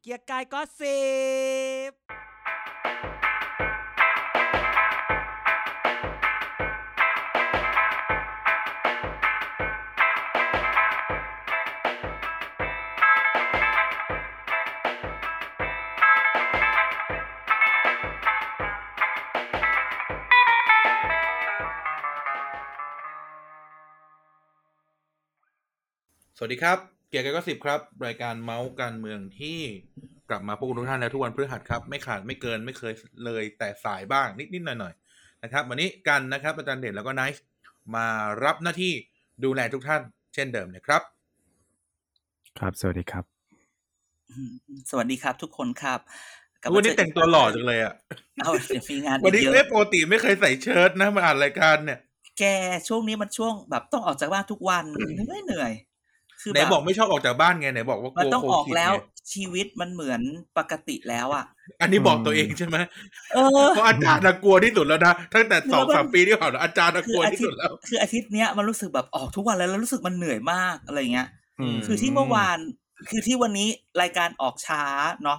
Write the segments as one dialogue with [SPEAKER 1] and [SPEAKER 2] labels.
[SPEAKER 1] เกียร์กายก็สิบ
[SPEAKER 2] สวัสดีครับ เกียร์กันก็สิบครับ รายการเมาส์การเมืองที่กลับมาพบกับทุกท่านแล้วทุกวันพฤหัสครับ ไม่ขาดไม่เกินไม่เคยเลยแต่สายบ้างนิดนิดๆหน่อยหน่อยๆนะครับ วันนี้กันนะครับอาจารย์เด่นแล้วก็ไนท์มารับหน้าที่ดูแลทุกท่าน เช่นเดิมนะครับ
[SPEAKER 3] ครับ สวัสดีครับ
[SPEAKER 4] อืมสวัสดีครับทุกคนครับกลับมา
[SPEAKER 2] วันนี้
[SPEAKER 4] เจอ
[SPEAKER 2] แต่งตัวหล่อจังเลยอะ
[SPEAKER 4] เอาเดี๋ยวมีงาน
[SPEAKER 2] วันนี้
[SPEAKER 4] เย
[SPEAKER 2] ไม่
[SPEAKER 4] อะ
[SPEAKER 2] ปกติไม่เคยใส่เชิ้ตนะมาอ่านรายการเนี่ย
[SPEAKER 4] แกช่วงนี้มันช่วงแบบต้องออกจากบ้านทุกวันเหนื่อยเหนื่อยคือ
[SPEAKER 2] ไหน
[SPEAKER 4] แบบ
[SPEAKER 2] บอกไม่ชอบออกจากบ้านไงไหนบอกว่าก
[SPEAKER 4] มัน
[SPEAKER 2] ลัว
[SPEAKER 4] ต้อง
[SPEAKER 2] โค
[SPEAKER 4] ออก
[SPEAKER 2] วิด
[SPEAKER 4] แล้ว
[SPEAKER 2] ไง
[SPEAKER 4] ชีวิตมันเหมือนปกติแล้ว อ่ะ
[SPEAKER 2] อันนี้บอกตัวเองใช่ไหม
[SPEAKER 4] เออ
[SPEAKER 2] เพราะอาจารย์น่ะกลัวที่สุดแล้วนะตั้งแต่สองสามปีที่ผ่านมาอาจารย์น่ะก
[SPEAKER 4] คื
[SPEAKER 2] ลัว
[SPEAKER 4] อา
[SPEAKER 2] ที่
[SPEAKER 4] ทิต
[SPEAKER 2] สุด
[SPEAKER 4] ย์
[SPEAKER 2] แล้ว
[SPEAKER 4] คืออาทิตย์เนี้ยมันรู้สึกแบบออกทุกวันแล้วแล้วรู้สึกมันเหนื่อยมากอะไรเงี้ย
[SPEAKER 2] อืม
[SPEAKER 4] คือที่เมื่อวานคือที่วันนี้รายการออกช้าเนาะ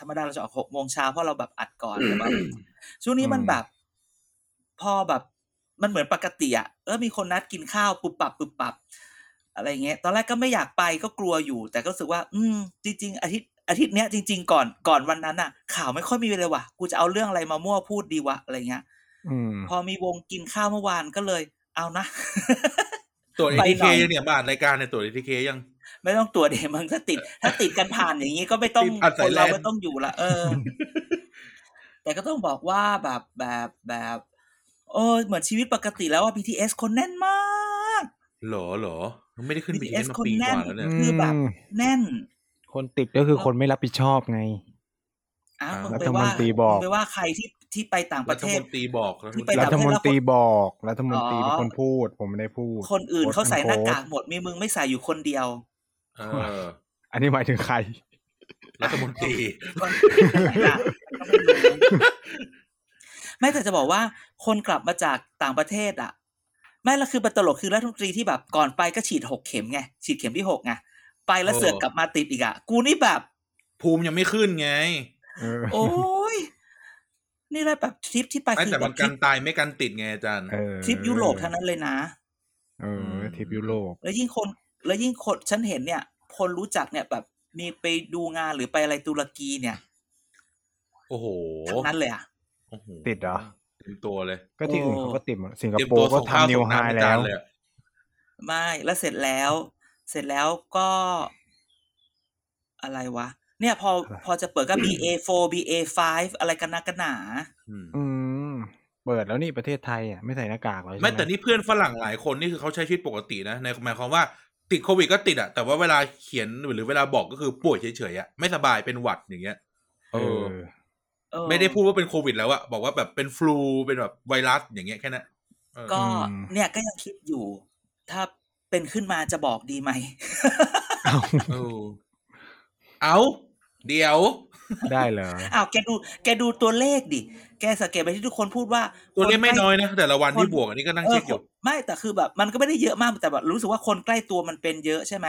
[SPEAKER 4] ธรรมดาเราจะออกหกโมงเช้าเพราะเราแบบอัดก่อนแต่แบบช่วงนี้มัน
[SPEAKER 3] อืม
[SPEAKER 4] แบบ พอแบบมันเหมือนปกติอะเออมีคนนัดกินข้าวปุบปับปุบปับ อะไรเงี้ย ตอนแรกก็ไม่อยากไปก็กลัวอยู่ แต่ก็รู้สึกว่า อืม จริง ๆ อาทิตย์อาทิตย์เนี้ยจริง ๆ ก่อนก่อนวันนั้นอะข่าวไม่ค่อยมีเลยว่ะกูจะเอาเรื่องอะไรมามั่วพูดดีวะอะไรเงี้ย
[SPEAKER 3] อืม
[SPEAKER 4] พอมีวงกินข้าวเมื่อวานก็เลย เอานะ
[SPEAKER 2] ตรวจเอ
[SPEAKER 4] ไป
[SPEAKER 2] ที
[SPEAKER 4] ห
[SPEAKER 2] เค
[SPEAKER 4] น่อย
[SPEAKER 2] ยังเนี่ยมาอ่านรายการเนี่ยตรวจเอทีเคยัง
[SPEAKER 4] ไม่ต้องตรวจเองมันก็ ติด ถ้าติดกันผ่านอย่างนี้ก็ไม่ต้อง
[SPEAKER 2] ติดผ่าน
[SPEAKER 4] ค
[SPEAKER 2] สาย
[SPEAKER 4] น
[SPEAKER 2] แลน
[SPEAKER 4] เราไม่ต้องอยู่ละเอ อ แต่ก็ต้องบอกว่าแบบแบบแบบโอ้ยเหมือนชีวิตปกติแล้วว่า BTS คนแน่นมาก
[SPEAKER 2] หรอหรอ ไม่ได้ขึ้น
[SPEAKER 4] BTS
[SPEAKER 2] BTS มาปีกว่าแล้วเนี่ย
[SPEAKER 4] นแน่น คือแบบ แน่น
[SPEAKER 3] คนติดก็คือคนไม่รับผิดชอบไง
[SPEAKER 4] อ้าว
[SPEAKER 2] อ่า
[SPEAKER 4] มึง
[SPEAKER 3] รั
[SPEAKER 4] ไป
[SPEAKER 3] ฐม
[SPEAKER 4] ว่าน
[SPEAKER 3] ตรีบอก
[SPEAKER 4] มึงไปว่าใครที่ที่ไปต่างป
[SPEAKER 2] รั
[SPEAKER 4] ระ
[SPEAKER 2] ฐ
[SPEAKER 4] เท
[SPEAKER 2] ม
[SPEAKER 4] ศ
[SPEAKER 2] นตรีบอกรัฐมนต
[SPEAKER 4] ไป
[SPEAKER 2] รี
[SPEAKER 3] รั
[SPEAKER 4] ต่าง
[SPEAKER 3] ฐมนตรี
[SPEAKER 4] ประเทศ
[SPEAKER 3] บอก รัฐมนตรี
[SPEAKER 4] อ๋อ
[SPEAKER 3] เป็นคนพูด ผมไม่ได้พูด
[SPEAKER 4] คนอื่นเขาใส่หน้ากาก
[SPEAKER 3] โพสต์
[SPEAKER 4] หมดมีมึงไม่ใส่อยู่คนเดียว
[SPEAKER 2] เออ
[SPEAKER 3] อันนี้หมายถึงใคร
[SPEAKER 2] รัฐมนตรี
[SPEAKER 4] คนอื่นใส่หน้ากากก็ไม่รู้ ไม่แต่จะบอกว่าคนกลับมาจากต่างประเทศอ่ะไม่ละคือบันตลกคือรัฐมนตรีที่แบบก่อนไปก็ฉีดหกเข็มไงฉีดเข็มที่หกไงไปแล้วเสือกกลับมาติดอีกอ่ะกูนี่แบบ
[SPEAKER 2] ภูมิยังไม่ขึ้นไง
[SPEAKER 3] เออ
[SPEAKER 4] โอ้ยนี่เลยแบบทริปที่ไป
[SPEAKER 2] ไอ้
[SPEAKER 4] คือ
[SPEAKER 2] แต่
[SPEAKER 4] แบ
[SPEAKER 2] มั
[SPEAKER 4] บ
[SPEAKER 2] น
[SPEAKER 4] ท
[SPEAKER 2] กั
[SPEAKER 4] ริ
[SPEAKER 2] น
[SPEAKER 4] ป
[SPEAKER 2] ตายไม่กันติดไงอาจารย์
[SPEAKER 3] เออ
[SPEAKER 4] ทริปยุโรปทั้งนั้นเลยนะ
[SPEAKER 3] เออทริปยุโรป
[SPEAKER 4] แล้วยิ่งคน แล้วยิ่งคนฉันเห็นเนี่ย คนรู้จักเนี่ยแบบมีไปดูงานหรือไปอะไรตุรกีเนี่ย
[SPEAKER 2] โอ้โห
[SPEAKER 4] ทั้งนั้นเลยอ่ะ
[SPEAKER 2] โอ้โห
[SPEAKER 3] ติดเหรอ
[SPEAKER 2] เต็มตัวเลย
[SPEAKER 3] ก็ที่อื่น
[SPEAKER 4] โอ้
[SPEAKER 3] เขาก็ติดหมดสิงค
[SPEAKER 2] เต็ม
[SPEAKER 3] โป
[SPEAKER 2] ตัว
[SPEAKER 3] ร์ก็
[SPEAKER 2] ส่งข้าว
[SPEAKER 3] ทำนิว
[SPEAKER 2] ส่ง
[SPEAKER 3] ไฮ
[SPEAKER 2] น้ำอา
[SPEAKER 3] แล้
[SPEAKER 2] จาร
[SPEAKER 3] ว
[SPEAKER 2] ย์เลยอะ
[SPEAKER 4] ไม่แล้วเสร็จแล้ว เสร็จแล้วก็ อะไรวะ เนี่ยพอ
[SPEAKER 3] อะไร
[SPEAKER 4] พอจะเปิดก็ BA4 BA5 อะไรกันนะกันหนา
[SPEAKER 2] อืม
[SPEAKER 3] อืม เปิดแล้วนี่ประเทศไทยอ่ะไม่ใส่หน้ากากแล้วใช่ไหม
[SPEAKER 2] ไม่แต่นี่เพื่อนฝรั่งหลายคนนี่คือเขาใช้ชีวิตปกตินะในหมายความว่าติดโควิดก็ติดอะแต่ว่าเวลาเขียนหรือเวลาบอกก็คือป่วยเฉยๆอะไม่สบายเป็นหวัดอย่างเงี้ย
[SPEAKER 3] เอ
[SPEAKER 2] เออ
[SPEAKER 3] อ
[SPEAKER 4] เออ
[SPEAKER 2] ไม่ได้พูดว่าเป็นโควิดแล้วอะบอกว่าแบบเป็นฟลูเป็นแบบไวรัสอย่างเงี้ยแค่นั้นเออ
[SPEAKER 4] ก็
[SPEAKER 3] อืม
[SPEAKER 4] เนี่ยก็ยังคิดอยู่ ถ้าเป็นขึ้นมาจะบอกดีไหม
[SPEAKER 3] เอ้า
[SPEAKER 2] เออเอาเดี๋ยว
[SPEAKER 3] ได้เหรอ
[SPEAKER 4] อ้าวแกดู แกดูตัวเลขดิ แกสังเกตไปที่ทุกคนพูดว่า
[SPEAKER 2] ตัวเลขไม่
[SPEAKER 4] คใกล้
[SPEAKER 2] น้อยนะ แต่ละวันที่
[SPEAKER 4] คน
[SPEAKER 2] บวกอันนี้ก็นั่ง
[SPEAKER 4] เออ
[SPEAKER 2] เช็คอยู่
[SPEAKER 4] ไม่แต่คือแบบมันก็ไม่ได้เยอะมากแต่แบบรู้สึกว่าคนใกล้ตัวมันเป็นเยอะใช่ไหม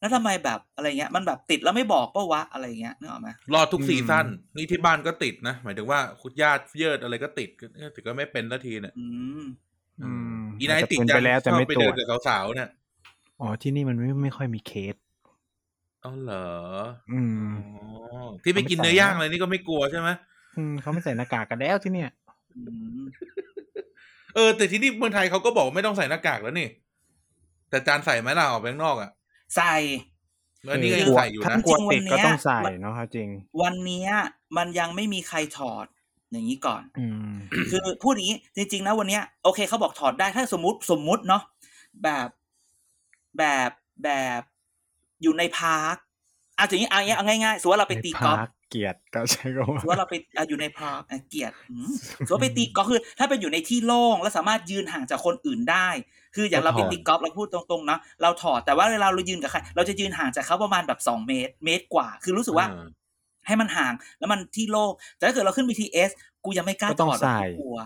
[SPEAKER 4] แล้วทำไมแบบอะไรเงี้ย มันแบบติดแล้วไม่บอกปะวะอะไรเงี้ยนึกออกไหม
[SPEAKER 2] รอทุก
[SPEAKER 3] อืม
[SPEAKER 2] ซีซั่นนี่ที่บ้านก็ติดนะ หมายถึงว่าคุณญาติเยิดอะไรก็ติดก็แต่ก็ไม่เป็นนาทีเนี่ย
[SPEAKER 4] อืม
[SPEAKER 3] อืม
[SPEAKER 2] อีนาย
[SPEAKER 3] อาจจะ
[SPEAKER 2] ติด
[SPEAKER 3] เป็น
[SPEAKER 2] จั
[SPEAKER 3] ไป
[SPEAKER 2] ง
[SPEAKER 3] แล้วแต่
[SPEAKER 2] ชอบ
[SPEAKER 3] ไม่
[SPEAKER 2] ไป
[SPEAKER 3] ตร
[SPEAKER 2] เดิ
[SPEAKER 3] วน จ
[SPEAKER 2] กับสาวๆเนี่ย
[SPEAKER 3] อ๋อที่นี่มันไม่ไม่ค่อยมีเคส
[SPEAKER 2] เอ๋อเหรอ
[SPEAKER 3] อืม
[SPEAKER 2] อ๋อที่ไปกินเนื้อย่างอะไรนี่ก็ไม่กลัวใช่ไหม
[SPEAKER 3] อืมเขาไม่ใส่หน้ากากกันแล้วที่เนี่ย
[SPEAKER 4] อืม
[SPEAKER 2] เออแต่ที่นี่เมืองไทยเขาก็บอกว่าไม่ต้องใส่หน้ากากแล้วนี่ แต่จานใส่ไหมล่ะออกไปข้างนอกอ่ะ
[SPEAKER 4] ใส่
[SPEAKER 2] แล้วนี่ก็ยัง
[SPEAKER 3] เกลัว
[SPEAKER 2] ใส่อยู่
[SPEAKER 3] ถ้า
[SPEAKER 2] นะ
[SPEAKER 3] กลัว
[SPEAKER 4] จริ
[SPEAKER 3] ติด
[SPEAKER 4] งๆวันเนี้ย
[SPEAKER 3] ก็ต้องใส่เนาะจริง
[SPEAKER 4] วันเนี้ยมันยังไม่มีใครถอดอย่างนี้ก่อน
[SPEAKER 3] อืม
[SPEAKER 4] คือพูดอย่างนี้จริง ๆ นะวันเนี้ยโอเคเขาบอกถอดได้ถ้าสมมติสมมุติเนาะแบบแบบแบบอยู่ในพาร์คอ่ะอย่างนี้เอาอย่างเงี้ยเอาง่ายๆสมมติว่าเราไปตีกอ
[SPEAKER 3] ใน
[SPEAKER 4] ล์ฟ
[SPEAKER 3] พาร์คเกียรติก็ใช่ก็ว่า
[SPEAKER 4] สมมุติว่าเราไปอ่ะอยู่ในพาร์คอ่ะเกียรติอื มสมมติว่าไปตีกอล์ฟคือ ถ้าเป็นอยู่ในที่โล่งแล้วสามารถยืนห่างจากคนอื่นได้ คืออย่างเรา
[SPEAKER 3] ก็
[SPEAKER 4] ไป
[SPEAKER 3] ถอด
[SPEAKER 4] ตีกอล์ฟเราพูดตรงๆเนาะเราถอดแต่ว่าเวลาเรายืนกับใครเราจะยืนห่างจากเขาประมาณแบบสองเมตร เมตรกว่า คือรู้สึกว่า
[SPEAKER 2] เออ
[SPEAKER 4] ให้มันห่างแล้วมันที่โล่งแต่ถ้าเกิดเราขึ้น BTS กูยังไม่กล้า
[SPEAKER 3] ก็ต้อง
[SPEAKER 4] ถอดหร
[SPEAKER 3] ใส่
[SPEAKER 4] อกกูกลัว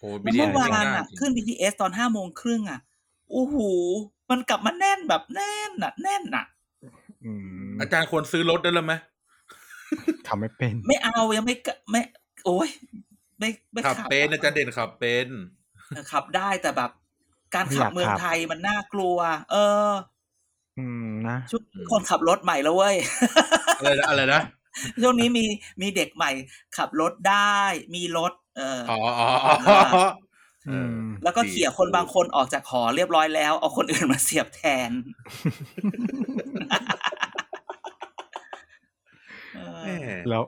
[SPEAKER 2] โอ้โห
[SPEAKER 4] แล้วเมื่อวา
[SPEAKER 2] ไม่
[SPEAKER 4] น
[SPEAKER 2] ได้
[SPEAKER 4] อ่ะขึ้น BTS ตอนห้าโมงครึ่งอ่ะโอ้โหมันกลับมาแน่นแบบแน่นอ่ะ แน่นอ่ะ
[SPEAKER 3] อืม
[SPEAKER 2] อาจารย์ควรซื้อรถได้แล้วไหม
[SPEAKER 3] ทำไม่เป็น
[SPEAKER 4] ไม่เอายังไม่กะไม่ โอ้ยไม่ไม่
[SPEAKER 2] ขับเป็น
[SPEAKER 4] อะ
[SPEAKER 2] อาจารย์เด่นขับเป็น
[SPEAKER 4] เออขับได้แต่แบบ การ
[SPEAKER 3] ไม่อยา
[SPEAKER 4] ขับ
[SPEAKER 3] ก
[SPEAKER 4] เมือง
[SPEAKER 3] ขับ
[SPEAKER 4] ไทยมันน่ากลัว เออ
[SPEAKER 3] อืมนะ
[SPEAKER 4] ช่วง
[SPEAKER 2] อืม
[SPEAKER 4] คนขับรถใหม่แล้วเว้ย
[SPEAKER 2] อะไรนะอะไรนะ
[SPEAKER 4] ช่วงนี้มีมีเด็กใหม่ ขับรถได้ มีรถ เอออ
[SPEAKER 2] อ๋ออ๋ออ๋ออ๋อ เอ
[SPEAKER 3] อื
[SPEAKER 2] อ
[SPEAKER 3] ม
[SPEAKER 4] แล้วก็
[SPEAKER 2] ดี
[SPEAKER 4] เขี่ยคนบางคนออกจากหอเรียบร้อยแล้ว เอาคนอื่นมาเสียบแทนเออ
[SPEAKER 2] แหม
[SPEAKER 3] เรา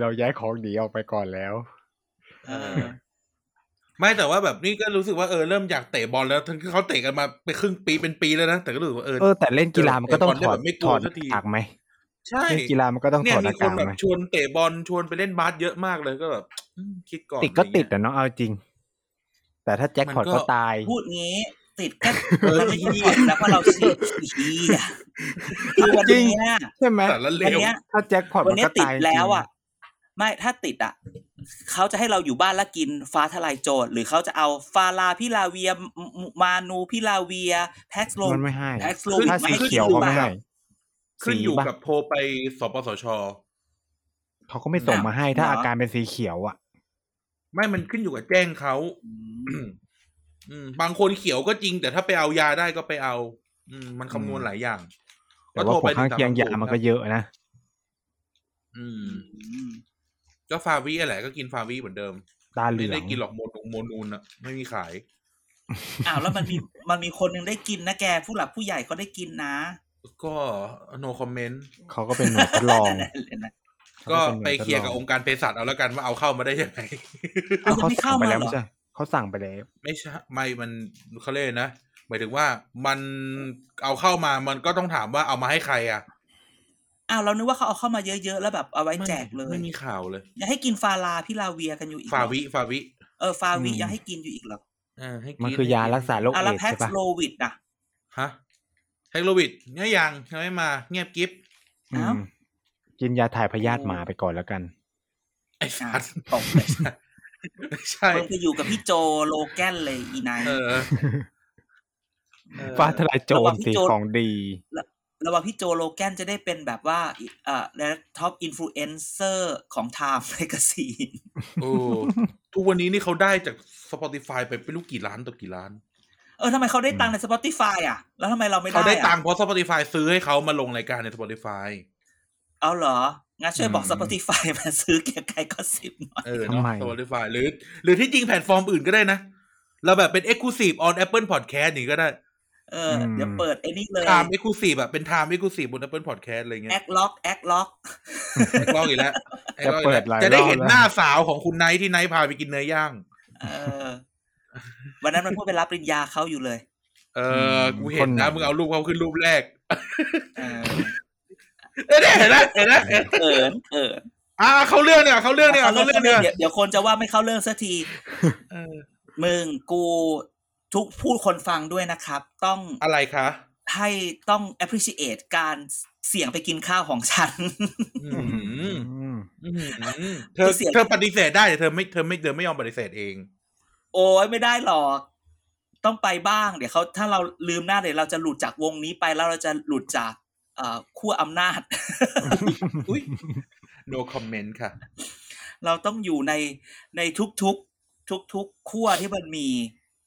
[SPEAKER 3] เราย้ายของหนีออกไปก่อนแล้ว
[SPEAKER 4] เออ
[SPEAKER 2] ไม่แต่ว่าแบบนี่ก็รู้สึกว่าเออเริ่มอยากเตะบอลแล้วทั้งที่เขาเตะกันมาไปครึ่งปีเป็นปีแล้วนะแต่ก็รู้สึกว่าเออ
[SPEAKER 3] เออแต่เล่นกีฬามันก็ต้องถอด
[SPEAKER 2] เดี๋ยวก่อนได้แบบไม่กลัว
[SPEAKER 3] ถอด
[SPEAKER 2] สักที
[SPEAKER 3] อากไหม
[SPEAKER 2] ใช่
[SPEAKER 3] เล่นกีฬามันก็ต้อง
[SPEAKER 2] เนี่
[SPEAKER 3] ถ
[SPEAKER 2] ย
[SPEAKER 3] อดห
[SPEAKER 2] มี
[SPEAKER 3] น้า
[SPEAKER 2] คน
[SPEAKER 3] กาก
[SPEAKER 2] แบบ
[SPEAKER 3] ไหม
[SPEAKER 2] ชวนเตะบอลชวนไปเล่นบาสเยอะมากเลยก็แบบอืมคิดก่อน
[SPEAKER 3] ติดก็
[SPEAKER 2] อะไร
[SPEAKER 3] ติด
[SPEAKER 2] เงี้ย
[SPEAKER 3] อะเนาะเอาจริง แต่ถ้าแจ็คพอต
[SPEAKER 2] มันก็
[SPEAKER 3] ก็ตาย
[SPEAKER 4] พูดงี้ติดก็
[SPEAKER 2] เออ
[SPEAKER 4] เราไม่ใช่ก่อนนะว่าเราฉีดฉีดอ่ะคือวัน
[SPEAKER 3] จริง
[SPEAKER 4] เนี้ย
[SPEAKER 3] ใช่ไหม
[SPEAKER 2] แต่ละเล
[SPEAKER 4] วัน
[SPEAKER 2] ว
[SPEAKER 4] เนี้ย
[SPEAKER 3] ถ้าแจ็คพอต
[SPEAKER 4] วัน
[SPEAKER 3] มัน
[SPEAKER 4] เนี้ย
[SPEAKER 3] ก็
[SPEAKER 4] ติ
[SPEAKER 3] ตา
[SPEAKER 4] ด
[SPEAKER 3] ย
[SPEAKER 4] แล้ว
[SPEAKER 3] จริง
[SPEAKER 4] อ่ะ ไม่ถ้าติดอ่ะเขาจะให้เราอยู่บ้านแล้วกินฟ้าทลายโจรหรือเขาจะเอาฟาลาพิลาเวียมมมานูพิลาเวีย แพ็กโล
[SPEAKER 3] มันไม่ให้
[SPEAKER 4] แพ็กโล
[SPEAKER 3] ถ้าสีเขียวเขาไม่ให้
[SPEAKER 2] ขึ้นอยู่
[SPEAKER 3] สีปะ
[SPEAKER 2] กับโทรไปสปสช
[SPEAKER 3] เขาก็ไม่ส่งมาให้ถ้า
[SPEAKER 4] เหรอ
[SPEAKER 3] อา
[SPEAKER 4] อ
[SPEAKER 3] การเป็นสีเขียวอ่ะ
[SPEAKER 2] ไม่มันขึ้นอยู่กับแจ้งเขา อืม บางคนเขียวก็จริง แต่ถ้าไปเอายาได้ก็ไปเอา อืม มันคำนวณหลายอย่าง
[SPEAKER 3] แต่ว่าผลข้างเคียงยามันก็
[SPEAKER 2] ก็โทรไปหนึ่งสามสามศูนย์ครับ
[SPEAKER 3] เยอะนะ
[SPEAKER 2] อืม
[SPEAKER 4] อืม
[SPEAKER 2] ก็ฟาวิอะไรก็กินฟาวิเหมือนเดิม
[SPEAKER 3] ตาเหลื
[SPEAKER 2] ไม่
[SPEAKER 3] อ
[SPEAKER 2] ได้
[SPEAKER 3] ง
[SPEAKER 2] กินหรอกโมนูโมนูนอะไม่มีขาย
[SPEAKER 4] อ้าวแล้วมันมีมันมีคนหนึ่งได้กินนะแก ผู้หลักผู้ใหญ่เขาได้กินนะ
[SPEAKER 2] ก็ no comment
[SPEAKER 3] เขาก็เป็นหน่วยทดลอง
[SPEAKER 4] นั่นแหละนะ
[SPEAKER 2] ก็ไปเคลียร์กับองค์การเภสัชเอาแล้วกันว่าเอาเข้ามาได้ยังไง
[SPEAKER 4] เอายัง
[SPEAKER 3] เขาสั่
[SPEAKER 4] ไม่เข้าง
[SPEAKER 3] ไป
[SPEAKER 4] มา
[SPEAKER 3] แล้ว
[SPEAKER 4] เหร
[SPEAKER 3] ไม่
[SPEAKER 4] อ
[SPEAKER 3] ใช่เขาสั่งไปแล้ว
[SPEAKER 2] ไม่ใช่ไม่มันเขาเรียกนะหมายถึงว่ามันเอาเข้ามามันก็ต้องถามว่าเอามาให้ใครอ่ะ
[SPEAKER 4] อ้าวเรานึกว่าเขาเอาเข้ามาเยอะๆแล้วแบบเอาไว้แจกเลย
[SPEAKER 2] ไม่มีข่าวเลย
[SPEAKER 4] ยังให้กินฟาลาพิลาเวียกันอยู่อีกเหร
[SPEAKER 2] ฟา
[SPEAKER 4] อ
[SPEAKER 2] วิฟาวิ
[SPEAKER 4] เออฟาวิ
[SPEAKER 3] อืม
[SPEAKER 4] ยังให้กินอยู่อีกเหรอ
[SPEAKER 2] เออให้กิ
[SPEAKER 3] มันคือยารักษาโรค
[SPEAKER 4] อ่ะ
[SPEAKER 3] เอ
[SPEAKER 4] แล้ว
[SPEAKER 3] ดส์
[SPEAKER 4] แพ็ก
[SPEAKER 3] ใช่ปะ
[SPEAKER 4] โลวิดอ่ะ
[SPEAKER 2] ฮะเทคโลวิดเนี่ยยังยังไม่มา เงียบกิฟ
[SPEAKER 4] อ้าว
[SPEAKER 3] อืมกินยาถ่ายพยาธิหมาไปก่อนแล้วกัน
[SPEAKER 2] ไอ้สัตว์
[SPEAKER 4] ตกเลย
[SPEAKER 2] ไม่ใช่
[SPEAKER 4] มึงไปอยู่กับพี่โจโลแกนเลยอีนาย
[SPEAKER 2] เออเออ
[SPEAKER 3] ฟ้าทลายโจรสีของดี
[SPEAKER 4] ระหว่างพี่โจโลแกนจะได้เป็นแบบว่าเอ่อและท็อปอินฟลูเอนเซอร์ของไทม์ แมกซีน
[SPEAKER 2] โอ้ทุกวันนี้นี่เขาได้จาก Spotify ไปไม่รู้กี่ล้านต่อกี่ล้าน
[SPEAKER 4] เออทำไมเขาได้ตังค์ใน Spotify อ่ะ แล้วทำไมเราไม่ได้
[SPEAKER 2] เขาได้
[SPEAKER 4] อะ
[SPEAKER 2] ตังค์เพราะ Spotify ซื้อให้เขามาลงรายการใน Spotify
[SPEAKER 4] เอาเหรอ งั้นช่วยบอก
[SPEAKER 3] อืม
[SPEAKER 4] Spotify มาซื้อเกียร์ไกลก็สิบหน่อย
[SPEAKER 2] เออ
[SPEAKER 3] ทำ
[SPEAKER 2] เนาะ
[SPEAKER 3] ไม
[SPEAKER 2] Spotify หรือ หรือที่จริงแพลตฟอร์มอื่นก็ได้นะ เราแบบเป็น Exclusive on Apple Podcast นี่ก็ได้
[SPEAKER 4] เอออ
[SPEAKER 3] ม
[SPEAKER 4] เดี๋ยวเปิดไอ้นี่เลย
[SPEAKER 2] ไทม์ Exclusive อะเป็น Time Exclusive บน Apple Podcast อะไรเงี้ย
[SPEAKER 4] แอคล็อกแอคล็อก
[SPEAKER 2] แอกลอกอีกแล้วแอกลอกอี
[SPEAKER 3] จะเปิ
[SPEAKER 2] กแล้
[SPEAKER 3] ดหลายว
[SPEAKER 2] จะได้เห็น
[SPEAKER 3] รอบแล้ว
[SPEAKER 2] หน้าสาวของคุณไนท์ที่ไนท์พาไปกินเนื้อย่าง
[SPEAKER 4] เออ วันนั้นมันพูดไปรับปริญญาเขาอยู่เลย
[SPEAKER 2] เออ
[SPEAKER 3] ม
[SPEAKER 2] กูเห็น
[SPEAKER 3] คนไห
[SPEAKER 2] นะ
[SPEAKER 3] น
[SPEAKER 2] มึงเอารูปเขาขึ้นรูปแรก
[SPEAKER 4] เออ
[SPEAKER 2] เออเนี่ยเห็นแล้วเห็นแล้วเห็นแล้ว
[SPEAKER 4] เขินเขิน
[SPEAKER 2] อ่าเขาเรื่องเนี่ยเขาเรื่องเนี่ย
[SPEAKER 4] เอา
[SPEAKER 2] เขา
[SPEAKER 4] เรื่
[SPEAKER 2] เรื่
[SPEAKER 4] อ
[SPEAKER 2] อง ง
[SPEAKER 4] เรื่
[SPEAKER 2] เนี่
[SPEAKER 4] อย งเดี๋ยวเดี๋ยวคนจะว่าไม่เข้าเรื่องสักที
[SPEAKER 2] เออ
[SPEAKER 4] มึงกูทุกพูดคนฟังด้วยนะครับ ต้อง
[SPEAKER 2] อะไรคะ
[SPEAKER 4] ให้ต้อง appreciate การเสี่ยงไปกินข้าวของฉัน
[SPEAKER 2] อื
[SPEAKER 3] อื
[SPEAKER 2] ม
[SPEAKER 3] ม
[SPEAKER 2] อื้อหือเธอ
[SPEAKER 4] เสียง
[SPEAKER 2] เธอปฏิเสธได้แต่เธอไม่เธอไม่เธอไม่ยอมปฏิเสธเอง
[SPEAKER 4] โอ้ยไม่ได้หรอก ต้องไปบ้าง เดี๋ยวเขาถ้าเราลืมหน้าเดี๋ยวเราจะหลุดจากวงนี้ไปแล้วเราจะหลุดจากเอ่อขั้วอำนาจ
[SPEAKER 2] อุ้ย no comment ค่ะ
[SPEAKER 4] เราต้องอยู่ในในทุกๆทุกๆขั้วที่มันมี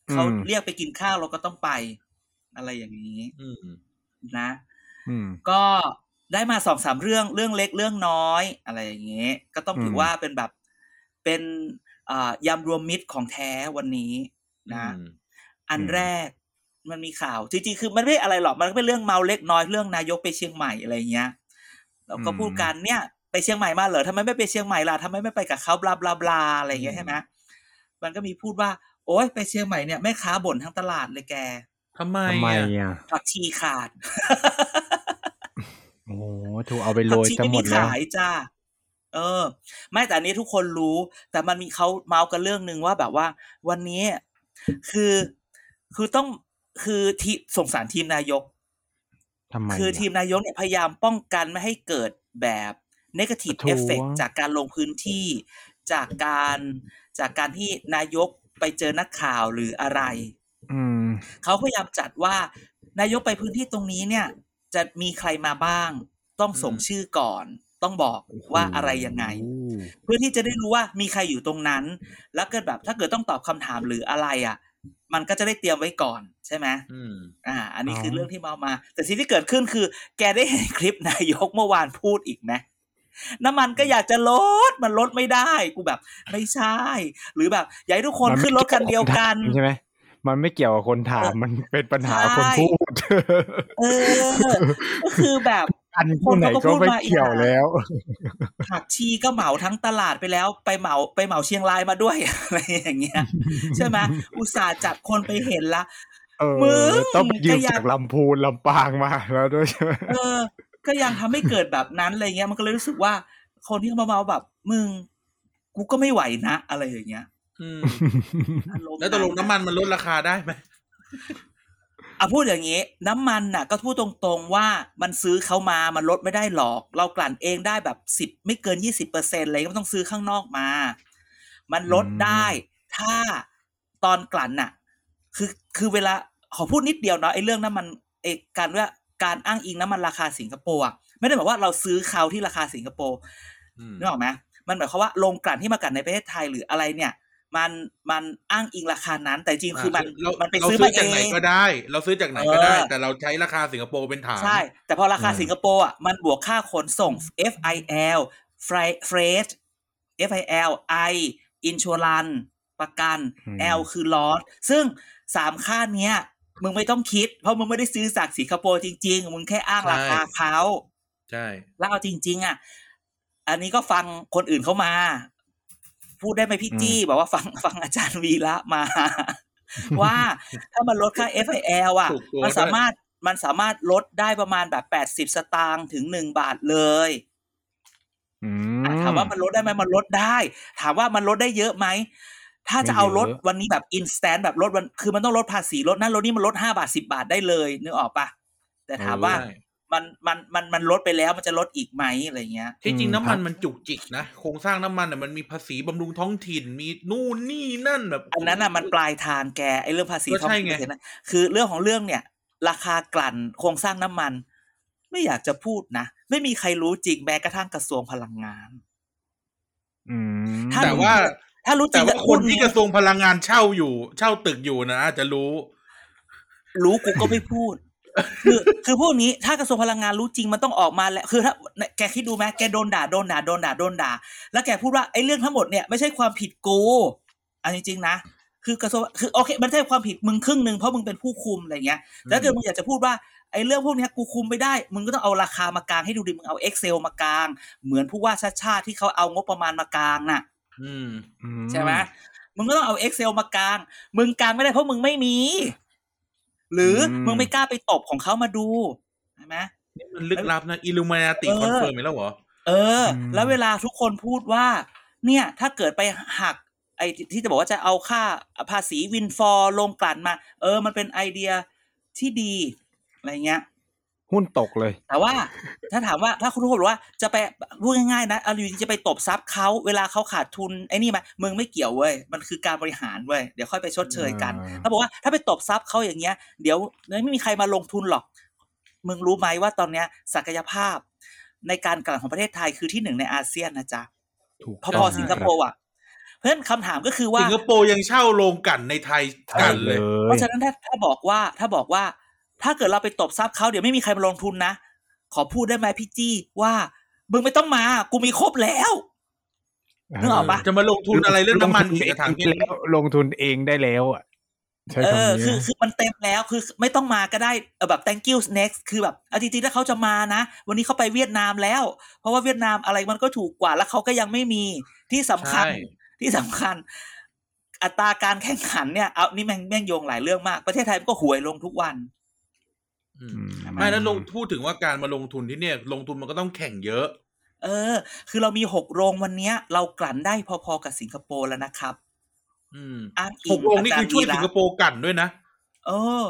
[SPEAKER 3] อืม
[SPEAKER 4] เขาเรียกไปกินข้าวเราก็ต้องไป อะไรอย่างนี้
[SPEAKER 2] อืม
[SPEAKER 4] นะ
[SPEAKER 3] อืม
[SPEAKER 4] ก็ได้มาสองสามเรื่องเรื่องเล็กเรื่องน้อยอะไรอย่างนี้ก็ต้องถืออ
[SPEAKER 3] ม
[SPEAKER 4] ว่าเป็นแบบเป็นเอ่อยำรวมมิตรของแท้วันนี้นะ
[SPEAKER 2] อืม
[SPEAKER 4] อัน
[SPEAKER 3] อืม
[SPEAKER 4] แรกมันมีข่าวจริงๆคือมันไม่อะไรหรอกมันก็เป็นเรื่องเมาเล็กน้อยเรื่องนายกไปเชียงใหม่อะไรเงี้ยเราก็พูดกันเนี่ย ไปเชียงใหม่มาเหรอทำไมไม่ไปเชียงใหม่ล่ะทำไมไม่ไปกับเขาบลาบลาบลาอะไรเงี้ยใช่ไหมมันก็มีพูดว่า โอ๊ยไปเชียงใหม่เนี่ยแม่ค้าบ่นทั้งตลาดเลยแก
[SPEAKER 2] ทำไม
[SPEAKER 3] ทำไม
[SPEAKER 2] อะ
[SPEAKER 3] อ่ะ
[SPEAKER 4] ผักชีขาด
[SPEAKER 3] โอ้โหถูกเอาไปโร
[SPEAKER 4] ผั
[SPEAKER 3] ย
[SPEAKER 4] ชี
[SPEAKER 3] ซะ
[SPEAKER 4] ไม่
[SPEAKER 3] หม
[SPEAKER 4] มี
[SPEAKER 3] ดแล้ว
[SPEAKER 4] ขายจ้าเออ ไม่แต่อันนี้ทุกคนรู้ แต่มันมีเขาเมาส์กันเรื่องหนึ่งว่าแบบว่า วันนี้คือคือต้องคือทีสงสารทีมนายก
[SPEAKER 3] ทำไม
[SPEAKER 4] คือทีม
[SPEAKER 3] ะ
[SPEAKER 4] นายกเนี่ยพยายามป้องกันไม่ให้เกิดแบบ negative
[SPEAKER 3] ประท้วง
[SPEAKER 4] effect จากการลงพื้นที่จากการจากการที่นายกไปเจอนักข่าวหรืออะไร
[SPEAKER 3] อืม
[SPEAKER 4] เขาพยายามจัดว่านายกไปพื้นที่ตรงนี้เนี่ย จะมีใครมาบ้าง ต้องส่งชื่อก่อน ต้องบอกว่าอะไรยังไง
[SPEAKER 5] อืม
[SPEAKER 4] เพื่อที่จะได้รู้ว่ามีใครอยู่ตรงนั้น แล้วเกิดแบบถ้าเกิดต้องตอบคำถามหรืออะไรอ่ะ มันก็จะได้เตรียมไว้ก่อนใช่ไหม
[SPEAKER 2] อืม
[SPEAKER 4] อ่า อันนี้
[SPEAKER 3] อ๋อ
[SPEAKER 4] คือเรื่องที่เมามา แต่สิ่งที่เกิดขึ้นคือ แกได้เห็นคลิปนายกเมื่อวานพูดอีกไหมน้ำมันก็อยากจะลดมันลดไม่ได้ กูแบบ ไม่ใช่ หรือแบบอยากให้ทุกคนขึ้นรถคันเดียวกัน
[SPEAKER 3] ใช่ไหมมันไม่เกี่ยวกับคนถามมันเป็นปัญหาคนพูด
[SPEAKER 4] เออก็คือแบบ
[SPEAKER 3] อันผู้ไหนก็ไม่เกี่ยวแล้ว
[SPEAKER 4] ผักชีก็เหมาทั้งตลาดไปแล้วไปเหมาไปเหมาเชียงรายมาด้วย อะไรอย่างเงี้ยใช่ไหมอุตส่าห์จัดคนไปเห็นละ
[SPEAKER 3] เออ
[SPEAKER 4] มึง
[SPEAKER 3] ต้องไปยืม
[SPEAKER 4] ก็อยาก
[SPEAKER 3] จากลำพูนลำปางมาแล้วด้วยใช่ไหม
[SPEAKER 4] เออ ก็ยังทำให้เกิดแบบนั้นอะไรเงี้ย มันก็เลยรู้สึกว่า คนที่เขามาเมาแบบมึง กูก็ไม่ไหวนะอะไรอย่างเงี้ย
[SPEAKER 2] อืม
[SPEAKER 4] อารมณ์
[SPEAKER 2] แล้วตกลงน้ำมันมันลดราคาได้ไหม
[SPEAKER 4] อ่ะพูดอย่างงี้ น้ำมันน่ะ ก็พูดตรงๆว่ามันซื้อเขามามันลดไม่ได้หรอก เรากลั่นเองได้แบบสิบไม่เกินยี่สิบเปอร์เซ็นต์อะไรก็ต้องซื้อข้างนอกมา มันลดได้ ถ้าตอนกลั่นน่ะ คือคือเวลาขอพูดนิดเดียวเนาะไอ้เรื่องน้ำมันไอ้การว่าการอ้างอิงน้ำมันราคาสิงคโปร์อะไม่ได้หมายว่าเราซื้อเขาที่ราคาสิงคโปร์
[SPEAKER 2] อืม
[SPEAKER 4] นึกออกไหมมันหมายความว่าโรงกลั่นที่มากลั่นในประเทศไทยหรืออะไรเนี่ย มันมันอ้างอิงราคานั้น แต่จริงๆคือมัน
[SPEAKER 2] เรา
[SPEAKER 4] มันไป
[SPEAKER 2] เรา
[SPEAKER 4] ซื้อ
[SPEAKER 2] ซื้
[SPEAKER 4] มา
[SPEAKER 2] อ
[SPEAKER 4] เอ
[SPEAKER 2] จากไหน
[SPEAKER 4] ง
[SPEAKER 2] ก็ได้ เราซื้อจากไหนก็ได้
[SPEAKER 4] เออ
[SPEAKER 2] แต่เราใช้ราคาสิงคโปร์เป็นฐาน
[SPEAKER 4] ใช่ แต่พอราคาสิงคโปร์อ่ะมันบวกค่าขนส่ง FIL freight- freight FIL I insurance ประกัน L คือ loss ซึ่งสามค่าเนี้ย มึงไม่ต้องคิด เพราะมึงไม่ได้ซื้อจากสิงคโปร์จริง ๆ มึงแค่อ้างราคาเขา
[SPEAKER 2] ใช่
[SPEAKER 4] แล้วเอาจริง ๆ อ่ะ อันนี้ก็ฟังคนอื่นเขามา พูดได้ไหมพี่จี้บอกว่าฟังฟังอาจารย์วีละมา ว่าถ้ามันลดค่า FIL อ่ะ
[SPEAKER 2] ถูกตัว
[SPEAKER 4] มันสา
[SPEAKER 2] ด้วย
[SPEAKER 4] มารถมันสามารถลดได้ประมาณแบบแปดสิบ80 สตางค์ถึงหนึ่งบาทเลย
[SPEAKER 3] อื
[SPEAKER 4] อ่ะถามว่ามันลดได้ไหมมันลดได้ ถามว่ามันลดได้เยอะไหม ถ้าจะเอาลด
[SPEAKER 3] ไม่เยอะ
[SPEAKER 4] วันนี้แบบอินสแตนแบบลดวันคือมันต้องลดภาษีลดนั่นลดนี่มันลดห้าบาทสิบาทได้เลยนึกออกปะแต่ถามว่า
[SPEAKER 2] ใช่
[SPEAKER 4] มันมันมันมันลดไปแล้วมันจะลดอีกไหมอะไรเงี้ย
[SPEAKER 2] ที่จริง
[SPEAKER 3] อืม
[SPEAKER 2] น้ำมัน
[SPEAKER 3] ครับ
[SPEAKER 2] มันจุกจิกนะโครงสร้างน้ำมันน่ะมันมีภาษีบำรุงท้องถิ่นมีนู่นนี่นั่นแบบ
[SPEAKER 4] อันนั้นอ่ะมันปลายทางแกไอ้เรื่องภาษี
[SPEAKER 2] ก็
[SPEAKER 4] ท้อง
[SPEAKER 2] ใช่
[SPEAKER 4] ถิ่น
[SPEAKER 2] ไง
[SPEAKER 4] เห็นไหมคือเรื่องของเรื่องเนี่ย ราคากลั่นโครงสร้างน้ำมัน ไม่อยากจะพูดนะ ไม่มีใครรู้จริงแม้กระทั่งกระทรวงพลังงาน
[SPEAKER 3] อืม
[SPEAKER 4] ท่น
[SPEAKER 2] แต่ว่า
[SPEAKER 4] ถ้ารู้จริ
[SPEAKER 2] แต่
[SPEAKER 4] ง
[SPEAKER 2] ว่า
[SPEAKER 4] ก็
[SPEAKER 2] ค
[SPEAKER 4] พูด
[SPEAKER 2] นที่กระทรวงพลังงานเช่าอยู่ เช่าตึกอยู่นะอาจจะรู้
[SPEAKER 4] รู้กูก็ไม่พูด คือคือพวกนี้ถ้ากระทรวงพลังงานรู้จริงมันต้องออกมาแหละคือถ้าแกคิดดูไหมแกโดนด่าโดนด่าโดนด่าโดนด่า แล้วแกพูดว่าไอ้เรื่องทั้งหมดเนี่ยไม่ใช่ความผิดกูเอันจริงๆนะ คือกระทรวงคือโอเค มันไม่ใช่ความผิดมึงครึ่งหนึ่งเพราะมึงเป็นผู้คุมอะไรเงี้ย แต่ถ้าเกิดมึงอยากจะพูดว่าไอ้เรื่องพวกเนี้ยกูคุมไม่ได้ มึงก็ต้องเอาราคามากลางให้ดูดิ มึงเอา Excel มากลาง เหมือนผู้ว่าชาติชาติที่เขาเอางบประมาณมากลางน่ะ
[SPEAKER 2] อืม
[SPEAKER 3] อื
[SPEAKER 4] ใช่ไหมมึงก็ต้องเอา Excel มากลาง มึงกลางไม่ได้เพราะมึงไม่มี หรืออมึงไม่กล้าไปตบของเขามาดูใช่ไหม
[SPEAKER 2] มันลึกลับนะอิลูมาติ
[SPEAKER 4] เออ
[SPEAKER 2] คอนเฟิร์มอีกแล้วเหรอ
[SPEAKER 4] เออ แล้วเวลาทุกคนพูดว่า เนี่ย ถ้าเกิดไปหัก ไอ้ที่จะบอกว่าจะเอาค่าภาษีวินฟอร์ลงกลั่นมา เออ มันเป็นไอเดียที่ดีอะไรเงี้ย
[SPEAKER 3] หุ้นตกเลย
[SPEAKER 4] แต่ว่า ถ้าถามว่าถ้าคุณทุกคนบอกว่าจะไปพูดง่ายๆนะเอาอยู่ดีจะไปตบซับเขาเวลาเขาขาดทุนไอ้นี่ไหมมึงไม่เกี่ยวเว้ยมันคือการบริหารเว้ยเดี๋ยวค่อยไปชดเชยกัน
[SPEAKER 3] อ่า
[SPEAKER 4] เขาบอกว่าถ้าไปตบซับเขาอย่างเงี้ย เดี๋ยวไม่มีใครมาลงทุนหรอก มึงรู้ไหมว่าตอนเนี้ยศักยภาพ ในการกลั่นของประเทศไทยคือที่หนึ่งในอาเซียนนะจ๊ะ
[SPEAKER 3] ถูก
[SPEAKER 4] พอๆสิงคโปร์อ่ะเพราะฉะนั้นคำถามก็คือว่า
[SPEAKER 2] สิงคโปร์ยังเช่าโรงกลันในไทยกลันเลย
[SPEAKER 4] เพราะฉะนั้นถ้าถ้าบอกว่าถ้าบอกว่า ถ้าเกิดเราไปตบทรัพย์เขาเดี๋ยวไม่มีใครมาลงทุนนะ ขอพูดได้ไหมพี่จี้ว่ามึงไม่ต้องมา กูมีครบแล้ว นึกออกป
[SPEAKER 2] จะมาลงทุนอะไรเรื่องน้ำมันเสียถัง
[SPEAKER 3] ลงทุนเองแล้วลงทุนเองได้แล้วอ่ะใช่
[SPEAKER 4] เ
[SPEAKER 3] คำ
[SPEAKER 4] ออ
[SPEAKER 3] นี้
[SPEAKER 4] คือ
[SPEAKER 3] นะ
[SPEAKER 4] คือมันเต็มแล้วคือไม่ต้องมาก็ได้เออแบบ thank you next คือแบบเอาจริงๆถ้าเขาจะมานะ วันนี้เขาไปเวียดนามแล้ว เพราะว่าเวียดนามอะไรมันก็ถูกกว่าแล้วเขาก็ยังไม่มีที่สำคั
[SPEAKER 2] ใช่
[SPEAKER 4] ญ ที่สำคัญ อัตราการแข่งขันเนี่ยเอานี่แม่งแม่งโยงหลายเรื่องมากประเทศไทยมันก็หวยลงทุกวัน
[SPEAKER 2] อื
[SPEAKER 3] อื
[SPEAKER 2] ม
[SPEAKER 3] ม
[SPEAKER 2] ไม่แล้วลงพูดถึงว่าการมาลงทุนที่เนี่ย ลงทุนมันก็ต้องแข่งเยอะ
[SPEAKER 4] เออ คือเรามีหกโรงวันเนี้ย เรากลั่นได้พอๆกับสิงคโปร์แล้วนะครับ
[SPEAKER 2] อืม
[SPEAKER 4] อ้างอิง
[SPEAKER 2] หกโรงนี่
[SPEAKER 4] าจา
[SPEAKER 2] คือช่วย
[SPEAKER 4] วีระ
[SPEAKER 2] สิงคโปร์กลันด้วยนะ
[SPEAKER 4] เออ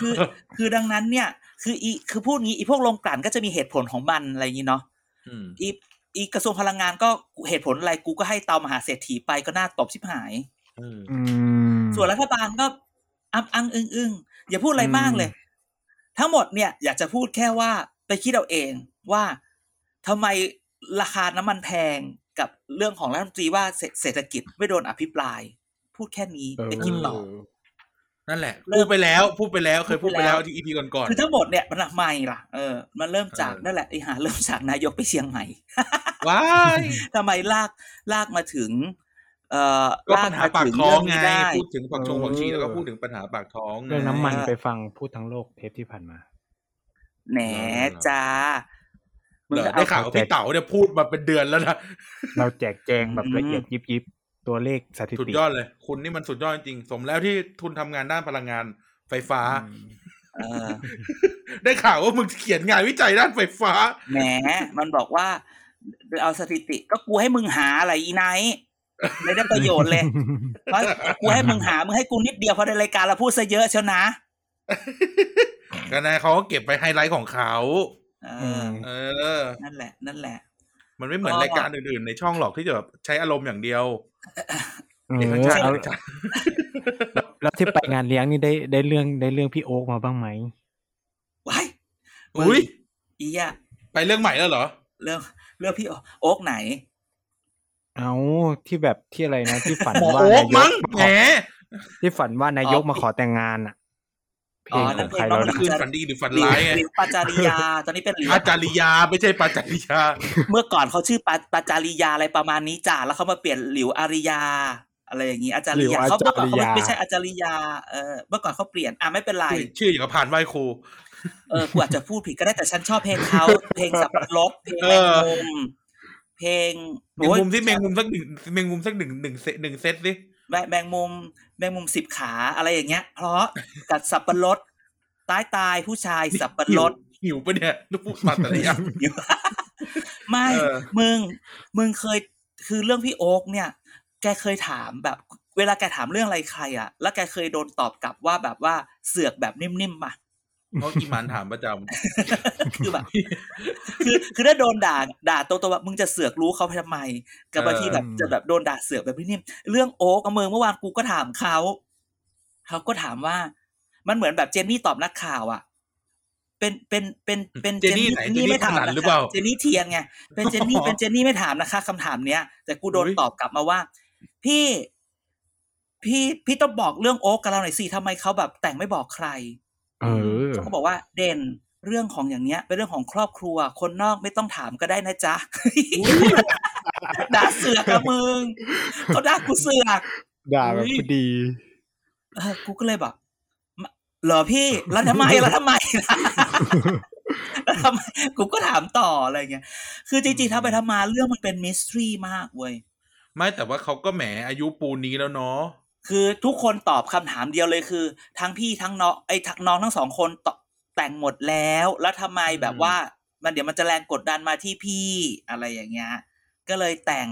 [SPEAKER 4] คือ คือดังนั้นเนี่ย คืออี คือพูดงี้ อีพวกโรงกลั่นก็จะมีเหตุผลของมันอะไรอย่างนี้เนาะ
[SPEAKER 2] อืม
[SPEAKER 4] อี อีกระทรวงพลังงานก็เหตุผลอะไรกูก็ให้เตามหาเศรษฐีไปก็น่าตบชิบหาย
[SPEAKER 2] เออ
[SPEAKER 3] อืม
[SPEAKER 4] ส่วนรัฐบาลก็อังอังอึงอึงอย่าพูดอะไรมากเลย ทั้งหมดเนี่ย อยากจะพูดแค่ว่าไปคิดเอาเองว่าทำไม ราคาน้ำมันแพงกับเรื่องของรัฐมนตรีว่าเศรเศรษฐกิจไม่โดนอภิปราย พูดแค่นี้
[SPEAKER 3] เออ
[SPEAKER 4] ไปกินต่อ
[SPEAKER 2] นั่นแหละ
[SPEAKER 4] เริ่ม
[SPEAKER 2] พูดไปแล้วพูดไปแล้วเคยพูดไปแล้ว
[SPEAKER 4] พูดไปแล้ว
[SPEAKER 2] ที่อีพีก่อน
[SPEAKER 4] คือทั้งหมดเนี่ยมันทำไมล่ะเออมันเริ่มจาก
[SPEAKER 2] เออ
[SPEAKER 4] นั่นแหละไอหาเริ่มจากนายกไปเชียงใหม่
[SPEAKER 2] ๆว้าย
[SPEAKER 4] ทำไมลากลากมาถึง เอ่อ
[SPEAKER 2] ก็
[SPEAKER 4] ลา
[SPEAKER 2] ปัญ
[SPEAKER 4] ก
[SPEAKER 2] หา
[SPEAKER 4] มา
[SPEAKER 2] ปาก
[SPEAKER 4] ถึง
[SPEAKER 2] ท้อง
[SPEAKER 4] เรื่อง
[SPEAKER 2] ไง
[SPEAKER 4] นี้ได้
[SPEAKER 2] พูดถึงปากชงปากชี
[SPEAKER 3] เออ
[SPEAKER 2] แล้วก็พูดถึงปัญหาปากท้องไ
[SPEAKER 3] เรื่องน้ำมัน
[SPEAKER 4] อ่า
[SPEAKER 3] ไปฟังพูดทั้งโลกเทปที่ผ่านมา
[SPEAKER 4] แหนจ้า
[SPEAKER 2] เหรอได้ข่าวว่าพี่เต๋าเนี่ยพูดมาเป็นเดือนแล้วนะ
[SPEAKER 3] เราแจกแจงแบบ
[SPEAKER 4] อืม
[SPEAKER 3] ละเอียดยิบยิบตัวเลขสถิ
[SPEAKER 2] สุด
[SPEAKER 3] ติ
[SPEAKER 2] ยอดเลย คุณนี่มันสุดยอดจริงๆสมแล้วที่ทุนทำงานด้านพลังงานไฟฟ้า
[SPEAKER 3] อืม
[SPEAKER 4] เออ
[SPEAKER 2] ได้ข่าวว่ามึงเขียนงานวิจัยด้านไฟฟ้า
[SPEAKER 4] แหม มันบอกว่า เอาสถิติก็กูให้มึงหาอะไรอีไนท์ไม่ได้ประโยช น์เลยเพราะกูให้มึงหา มึงให้กูนิดเดียวเพราะในรายการเราพูดซะเยอะเชียวนะ
[SPEAKER 2] ก็นายเขาก็เก็บไปไฮไลท์ของเขา
[SPEAKER 4] เอ
[SPEAKER 3] อื
[SPEAKER 4] อ
[SPEAKER 3] ม
[SPEAKER 2] เออ
[SPEAKER 4] นั่นแหละ นั่นแหละ
[SPEAKER 2] มันไม่เหมือน
[SPEAKER 4] ก็
[SPEAKER 2] รายการอื่นๆ ในช่องหรอกที่จะแบบใช้อารมณ์อย่างเดียว
[SPEAKER 3] เออ
[SPEAKER 2] เอกชาติ
[SPEAKER 3] เอา
[SPEAKER 2] เอกชาติ
[SPEAKER 3] แล้วที่ไปงานเลี้ยงนี่ได้ได้เรื่องได้เรื่องพี่โอ๊คมาบ้างไหม
[SPEAKER 4] ว้าย
[SPEAKER 2] อุ้ย
[SPEAKER 4] อีอะ
[SPEAKER 2] ไปเรื่องใหม่แล้วเหรอ
[SPEAKER 4] เรื่องเรื่องพี่โอ๊กไหน
[SPEAKER 3] เอาที่แบบที่อะไรนะที่ฝัน
[SPEAKER 2] หมอ
[SPEAKER 3] ว่า
[SPEAKER 2] โอ๊
[SPEAKER 3] นาก ย
[SPEAKER 2] มั้ง
[SPEAKER 3] กมา
[SPEAKER 2] แห
[SPEAKER 3] ข
[SPEAKER 2] ม
[SPEAKER 3] อที่ฝันว่านายก
[SPEAKER 4] อ๋อ
[SPEAKER 3] มาขอแต่งงานอ่ะ เพลง
[SPEAKER 4] อ๋อ
[SPEAKER 3] ขอ
[SPEAKER 4] นั่
[SPEAKER 3] น ง
[SPEAKER 4] เพลง
[SPEAKER 3] ใครแล้ว
[SPEAKER 4] น้
[SPEAKER 3] นะ
[SPEAKER 4] อง
[SPEAKER 2] คืนฝันดีหรือฝัน
[SPEAKER 4] หลิว
[SPEAKER 2] ร้ายอะ
[SPEAKER 4] หลิวปาจาริยา ตอนนี้เป็นหลิว
[SPEAKER 2] ปาจาริยาไม่ใช่ปาจาริยา
[SPEAKER 4] เมื่อก่อนเขาชื่อปาปาจาริยาอะไรประมาณนี้จ้าแล้วเขามาเปลี่ยนหลิวอาริยา อะไรอย่างนี้อาจาริยาเขาเมื่อก่อนเขาไม่ใช่อาจาริยาเออเมื่อก่อนเขาเปลี่ยนอ่ะไม่เป็นไร
[SPEAKER 2] ชื่ออย่างกับผ่านไหว้ครู
[SPEAKER 4] เออกูอาจจะพูดผิดก็ได้แต่ฉันชอบเพลงเขา เพลงสับปะรดเพลง
[SPEAKER 2] เอ
[SPEAKER 4] แมง
[SPEAKER 2] อ
[SPEAKER 4] มุมเพลง
[SPEAKER 2] แมงมุมที่แมงมุม
[SPEAKER 4] โอ้ย
[SPEAKER 2] สักหนึ่งแมงมุมสักหนึ่งหนึ่งเซตหนึ่งเซตสิ
[SPEAKER 4] แมแมงมุม แมงมุมสิบขาอะไรอย่างเงี้ย เพราะกัดสับปะรดตายตายผู้ชายสับปะรด
[SPEAKER 2] หิวปะเนี่ยนึกพูดปาจาริยา
[SPEAKER 4] ไม่
[SPEAKER 2] เออ
[SPEAKER 4] มึง มึงเคย คือเรื่องพี่โอ๊กเนี่ย แกเคยถามแบบ เวลาแกถามเรื่องอะไรใครอ่ะ แล้วแกเคยโดนตอบกลับว่าแบบว่าเสือกแบบนิ่มๆป่ะ
[SPEAKER 2] เพราะอีหมานถามประจ
[SPEAKER 4] คือแบบ คือคือถ้าโดนด่าด่าตัวตัวามึงจะเสือกรู้เขาไปทำไม กับบางทีแบบ
[SPEAKER 3] เออ
[SPEAKER 4] จะแบบโดนด่าเสือกแบบนี้นิ่มเรื่องโอ๊กกับเมืองเมื่อวานกูก็ถามเขาเขาก็ถามว่า มันเหมือนแบบเจนนี่ตอบนักข่าวอ่ะ เป็นเป็นเป็นเป็น
[SPEAKER 2] ำเจนี่ไหนเจนี่ขนาดหรือ
[SPEAKER 4] ค
[SPEAKER 2] เปล่า
[SPEAKER 4] เจนนี่เทียนไงเป็นเจนนี่
[SPEAKER 2] อ๋อ
[SPEAKER 4] เป็นเจนนี่ไม่ถามนะคะคำถามเนี้ย แต่กูโดน
[SPEAKER 2] อุ๊ย
[SPEAKER 4] ตอบกลับมาว่า พี่ พี่พี่ต้องบอกเรื่องโอ๊กกับเราหน่อยสิทำไมเขาแบบแต่งไม่บอกใคร
[SPEAKER 3] เออ
[SPEAKER 4] เขาบอกว่าเด่นเรื่องของอย่างเนี้ย เป็นเรื่องของครอบครัว คนนอกไม่ต้องถามก็ได้นะ จ๊ะ ด่าเสือกอะมึงเขาด่ากูเสือก
[SPEAKER 3] ด่าแบบพอดี
[SPEAKER 4] เออกูก็เลยแบบมเหรอพี่แล้วทำไมแล้วทำไมล่ะ แล้วทำไมกูก็ถามต่ออะไรเงี้ยคือจริงๆถ้าไปทำมาเรื่องมันเป็นมิสทรีมากเว้ย
[SPEAKER 2] ไม่แต่ว่าเขาก็แหมอายุปูนนี้แล้วเนาะ
[SPEAKER 4] คือทุกคนตอบคำถามเดียวเลยคือ ทั้งพี่ทั้งน้องไอ้ทั้งน้องทั้งสองคนตอบแต่งหมดแล้ว แล้วทำไมแบบว่า มันเดี๋ยวมันจะแรงกดดันมาที่พี่อะไรอย่างเงี้ยก็เลยแต่ง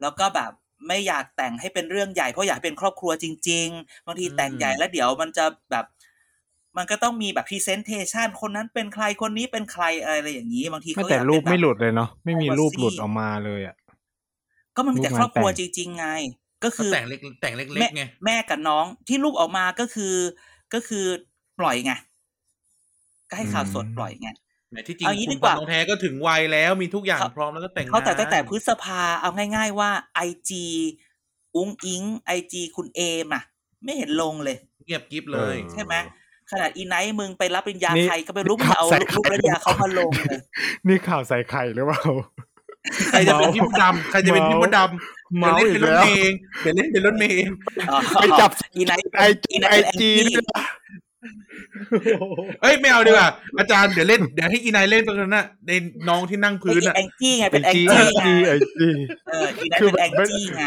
[SPEAKER 4] แล้วก็แบบไม่อยากแต่งให้เป็นเรื่องใหญ่เพราะอยากเป็นครอบครัวจริง ๆ บางทีแต่งใหญ่แล้วเดี๋ยวมันจะแบบ มันก็ต้องมีแบบพรีเซนเทชันคนนั้นเป็นใครคนนี้เป็นใครอะไรอย่างนี้บางที
[SPEAKER 3] ไม่
[SPEAKER 4] เขา
[SPEAKER 3] แต่
[SPEAKER 4] อยากเป็น
[SPEAKER 3] รูปไม่
[SPEAKER 4] แบบ
[SPEAKER 3] หลุดเลยเนาะไม่มีรูปหลุด
[SPEAKER 4] privacy
[SPEAKER 3] ออกมาเลยอ่ะ
[SPEAKER 4] ก็มันมีแต่ครอบครัว
[SPEAKER 3] รูป
[SPEAKER 4] จ
[SPEAKER 3] งานแต่ง
[SPEAKER 4] ริง ๆ ไง ก็
[SPEAKER 2] ก็
[SPEAKER 4] คือ
[SPEAKER 2] แต่งเล็กแต่งเล็กๆไง
[SPEAKER 4] แม่กับน้องที่รูปออกมาก็คือก็คือปล่อยไงก็ให้ข่าวสด
[SPEAKER 3] อืม
[SPEAKER 4] ปล่อยไง
[SPEAKER 2] แหมที่จริง
[SPEAKER 4] เอางี้
[SPEAKER 2] คุณ
[SPEAKER 4] ดีก
[SPEAKER 2] ปา
[SPEAKER 4] ว่า
[SPEAKER 2] นทองแท้ก็ถึงวัยแล้วมีทุกอย่างพร้อมแล้วก็แต่งงาน
[SPEAKER 4] เขาแต่ตั้งแต่พฤษภาเอาง่าย ๆ ว่าไอจีอุ้งอิงไอจีคุณเอมอ่ะ ไม่เห็นลงเลย
[SPEAKER 2] เงียบกิฟเลย
[SPEAKER 3] เออ
[SPEAKER 4] ใช่ไหมขนาดอีไนท์มึงไปรับปริญญา
[SPEAKER 3] นี่
[SPEAKER 4] ใครก็ไปรู้มึงเอา
[SPEAKER 3] ใส่ใคร
[SPEAKER 4] รูปปริญญาเขามาลงเลย
[SPEAKER 3] นี่ข่าวใส่ไข่หรือเปล่า
[SPEAKER 2] ใครจะเป็นพี่มดดำใครจะเป็นพี่มดดำ
[SPEAKER 3] เมา
[SPEAKER 2] เดี๋ยวเล่น
[SPEAKER 3] อี
[SPEAKER 2] เป็นรถ
[SPEAKER 3] กแล้
[SPEAKER 2] เมย์เอ
[SPEAKER 3] ว
[SPEAKER 2] งเดี๋ยวเล่นเป็นรถเมย์เอง
[SPEAKER 4] อ๋อ
[SPEAKER 3] ไปจับ
[SPEAKER 4] อีไนท์
[SPEAKER 3] ไอจี
[SPEAKER 4] อีไนท์
[SPEAKER 3] ไอ
[SPEAKER 4] เป็นแอน
[SPEAKER 3] จี
[SPEAKER 4] ตี้
[SPEAKER 3] ด้วยนะ
[SPEAKER 2] เอ้ยไม่เอาดีกว่าอาจารย์เดี๋ยวเล่นเดี๋ยวให้อีนายเล่นตรงนั้นน่ะในน้องที่นั่งพื้น
[SPEAKER 4] ไอ้
[SPEAKER 2] อ่ะ
[SPEAKER 4] แองจี้ไงเป็นแอง
[SPEAKER 3] ไอ
[SPEAKER 4] จี้ไง
[SPEAKER 3] จีไอจี
[SPEAKER 4] เอออีไนท์
[SPEAKER 3] คือ
[SPEAKER 4] เป็นแอง
[SPEAKER 3] แบบ
[SPEAKER 4] จี้ไง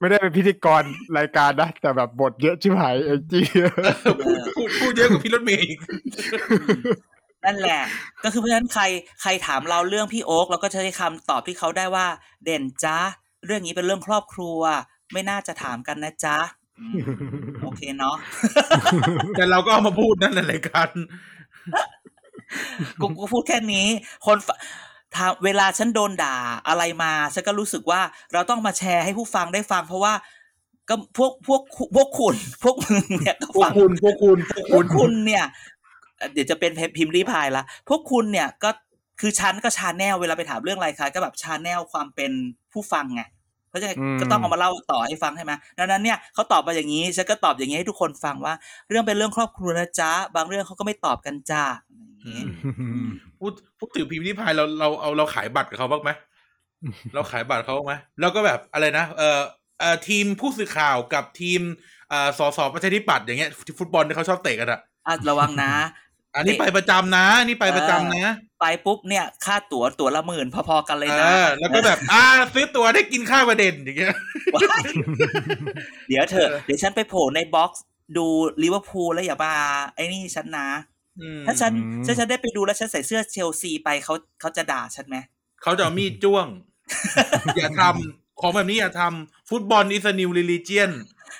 [SPEAKER 3] ไม่ได้เป็นพิธีกรรายการนะแต่แบบบทเยอะชิบหายไอจี
[SPEAKER 2] พูดพูดพูดเยอะกว่าพี่รถเมย์อีก
[SPEAKER 4] นั่นแหละ ก็คือเพราะฉะนั้นใครใครถามเราเรื่องพี่โอ๊คเราก็จะใช้คำตอบที่เขาได้ว่า เด่นจ้าเรื่องนี้เป็นเรื่องครอบครัว ไม่น่าจะถามกันนะจ๊ะอืมโอเคเนาะ
[SPEAKER 2] แต่เราก็เอามาพูดนั่นแหละรายการ
[SPEAKER 4] กูกูพูดแค่นี้ คนฟถามเวลาฉันโดนด่าอะไรมาฉันก็รู้สึกว่าเราต้องมาแชร์ให้ผู้ฟังได้ฟัง เพราะว่าก็พวกพวกพวกคุณ พวกมึงเนี่ยก็
[SPEAKER 2] พวก
[SPEAKER 4] ฟัง
[SPEAKER 2] คุณพวกคุณพวก
[SPEAKER 4] พ
[SPEAKER 2] คุ
[SPEAKER 4] ว
[SPEAKER 2] ณ
[SPEAKER 4] กคุณเนี่ยเอ่อเดี๋ยวจะเป็นพิมพ์รีพายละพวกคุณเนี่ยก็ คือชั้นก็ชาแนลเวลาไปถามเรื่องอะไรคะก็แบบชาแนลความเป็นผู้ฟังไงเพราะฉะนั้น
[SPEAKER 3] อืม
[SPEAKER 4] ก็ต้องเอามาเล่าต่อให้ฟังใช่ไหมดังนั้นเนี่ยเขาตอบมาอย่างนี้ฉันก็ตอบอย่างนี้ให้ทุกคนฟังว่า เรื่องเป็นเรื่องครอบครัวนะจ๊ะบางเรื่องเขาก็ไม่ตอบกันจ้าอะไรอย่างเงี้ยอืม
[SPEAKER 2] พูดพูดถึงพิมพ์ริพายเราเราเอาเราขายบัตรกับเขาบ้างไหม เราขายบัตรเขาบ้างไหมแล้วก็แบบอะไรนะเออเออทีมผู้สื่อข่าวกับทีมเอ่อสสประชาธิปัตย์อย่างเงี้ยฟุตบอลที่เขาชอบเตะกันอะ
[SPEAKER 4] อ่ะระวังนะ
[SPEAKER 2] อันนี้ไปประจำนะอันนี่ไปประจำนะ
[SPEAKER 4] ไปปุ๊บเนี่ยค่าตั๋วตั๋วละหมื่นพอๆกันเลย
[SPEAKER 2] เอ
[SPEAKER 4] นะ
[SPEAKER 2] อแล้วก็แบบอ่าซื้อตัวได้กินข้าวประเด็นอย่างเงี้ย
[SPEAKER 4] ว้าย เดี๋ยวเถอะ
[SPEAKER 2] เออ
[SPEAKER 4] เดี๋ยวฉันไปโผล่ในบ็อกซ์ดูลิเวอร์พูลแล้วอย่ามาไอ้นี่ฉันนะ
[SPEAKER 2] อืม
[SPEAKER 4] ถ้าฉัน
[SPEAKER 3] อืม
[SPEAKER 4] ถ้าฉันได้ไปดูแล้วฉันใส่เสื้อเชลซีไปเขาเขาจะด่าฉันไหม
[SPEAKER 2] เขาจะเอามีดจ้วง อย่าทำของแบบนี้อย่าทำฟุตบอลอิสนิวลิลิเจียน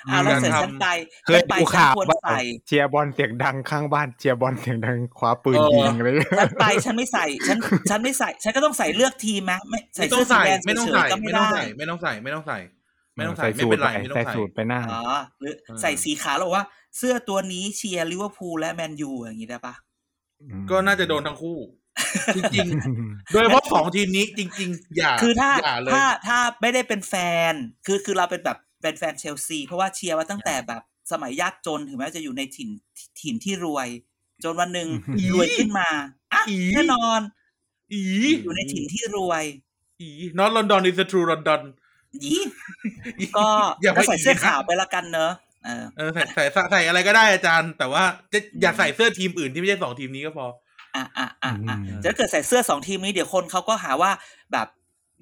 [SPEAKER 4] อ่ะแล้วใส่ฉันไป
[SPEAKER 3] เคย
[SPEAKER 4] ฉันไป
[SPEAKER 3] ดู
[SPEAKER 4] ฉัน
[SPEAKER 3] ข่าว
[SPEAKER 4] ควร
[SPEAKER 3] ว่า
[SPEAKER 4] ใส่
[SPEAKER 3] เชียร์บอลเสียงดังข้างบ้านเชียร์บอลเสียงดังคว้าปืน
[SPEAKER 2] เออ
[SPEAKER 3] ยิงอะไรเลย
[SPEAKER 4] ฉันไปฉันไม่ใส่ฉันฉันไม่ใส่ ฉันก็ต้องใส่เลือกทีมไหมไม่ใส่
[SPEAKER 2] ไม่ต้อ
[SPEAKER 4] เสื้
[SPEAKER 2] งใส่
[SPEAKER 4] อสีแดง
[SPEAKER 2] ไม่ต้อง
[SPEAKER 4] เฉ
[SPEAKER 2] ใส่
[SPEAKER 4] ยๆก็
[SPEAKER 2] ไม่
[SPEAKER 4] ไม่
[SPEAKER 2] ต้อง
[SPEAKER 4] ได้
[SPEAKER 2] ใส่ไม่ต้องใส่ไม่ต้องใส่ไม่ต้องใส่ไม่
[SPEAKER 3] สู
[SPEAKER 2] เป็
[SPEAKER 3] ต
[SPEAKER 2] น
[SPEAKER 3] ร
[SPEAKER 2] ไร
[SPEAKER 3] ไป
[SPEAKER 2] ไม่ต้อง
[SPEAKER 3] ใส่
[SPEAKER 2] ใส่
[SPEAKER 3] สูตรไปหน้า
[SPEAKER 4] อ๋อหรือใส่สีขาวแล้วบอกว่า เสื้อตัวนี้เชียร์ลิเวอร์พูลและแมนยูอย่างนี้ได้ปะ
[SPEAKER 2] ก็น่าจะโดนทั้ง คู่ จริงๆ โดยเฉพาะสองทีมนี้จริง ๆ อย่า
[SPEAKER 4] คือถ้า
[SPEAKER 2] อย่าเลย
[SPEAKER 4] ถ้าถ้าไม่ได้เป็นแฟน คือคือเราเป็นแบบเป็นแฟนเชลซี เพราะว่าเชียร์มาตั้งแต่แบบสมัยยากจนถึงแม้จะอยู่ในถิ่นถิ่นที่รวย จนวันหนึ่ง
[SPEAKER 3] อี
[SPEAKER 4] รวยขึ้นมาอ่ะ
[SPEAKER 2] อี
[SPEAKER 4] แน่นอน
[SPEAKER 2] อี
[SPEAKER 4] อยู่ในถิ่นที่รวย
[SPEAKER 2] อีนอตลอนดอนอิสทรูลอนดอน
[SPEAKER 4] ยี่ก็
[SPEAKER 2] อย่าไป
[SPEAKER 4] ก็ใส่เสื้อ
[SPEAKER 2] อีกนะ
[SPEAKER 4] ขาวไปละกันเนอะเออ
[SPEAKER 2] เออใส่ใส่ใส่ใส่อะไรก็ได้อาจารย์ แต่ว่าจะอย่าใส่เสื้อทีมอื่นที่ไม่ใช่สองทีมนี้ก็พอ
[SPEAKER 4] อ่ะอ่ะอ่ะ อ่ะ
[SPEAKER 3] อืม
[SPEAKER 4] แต่ถ้าเกิดใส่เสื้อสองทีมนี้เดี๋ยวคนเขาก็หาว่าแบบ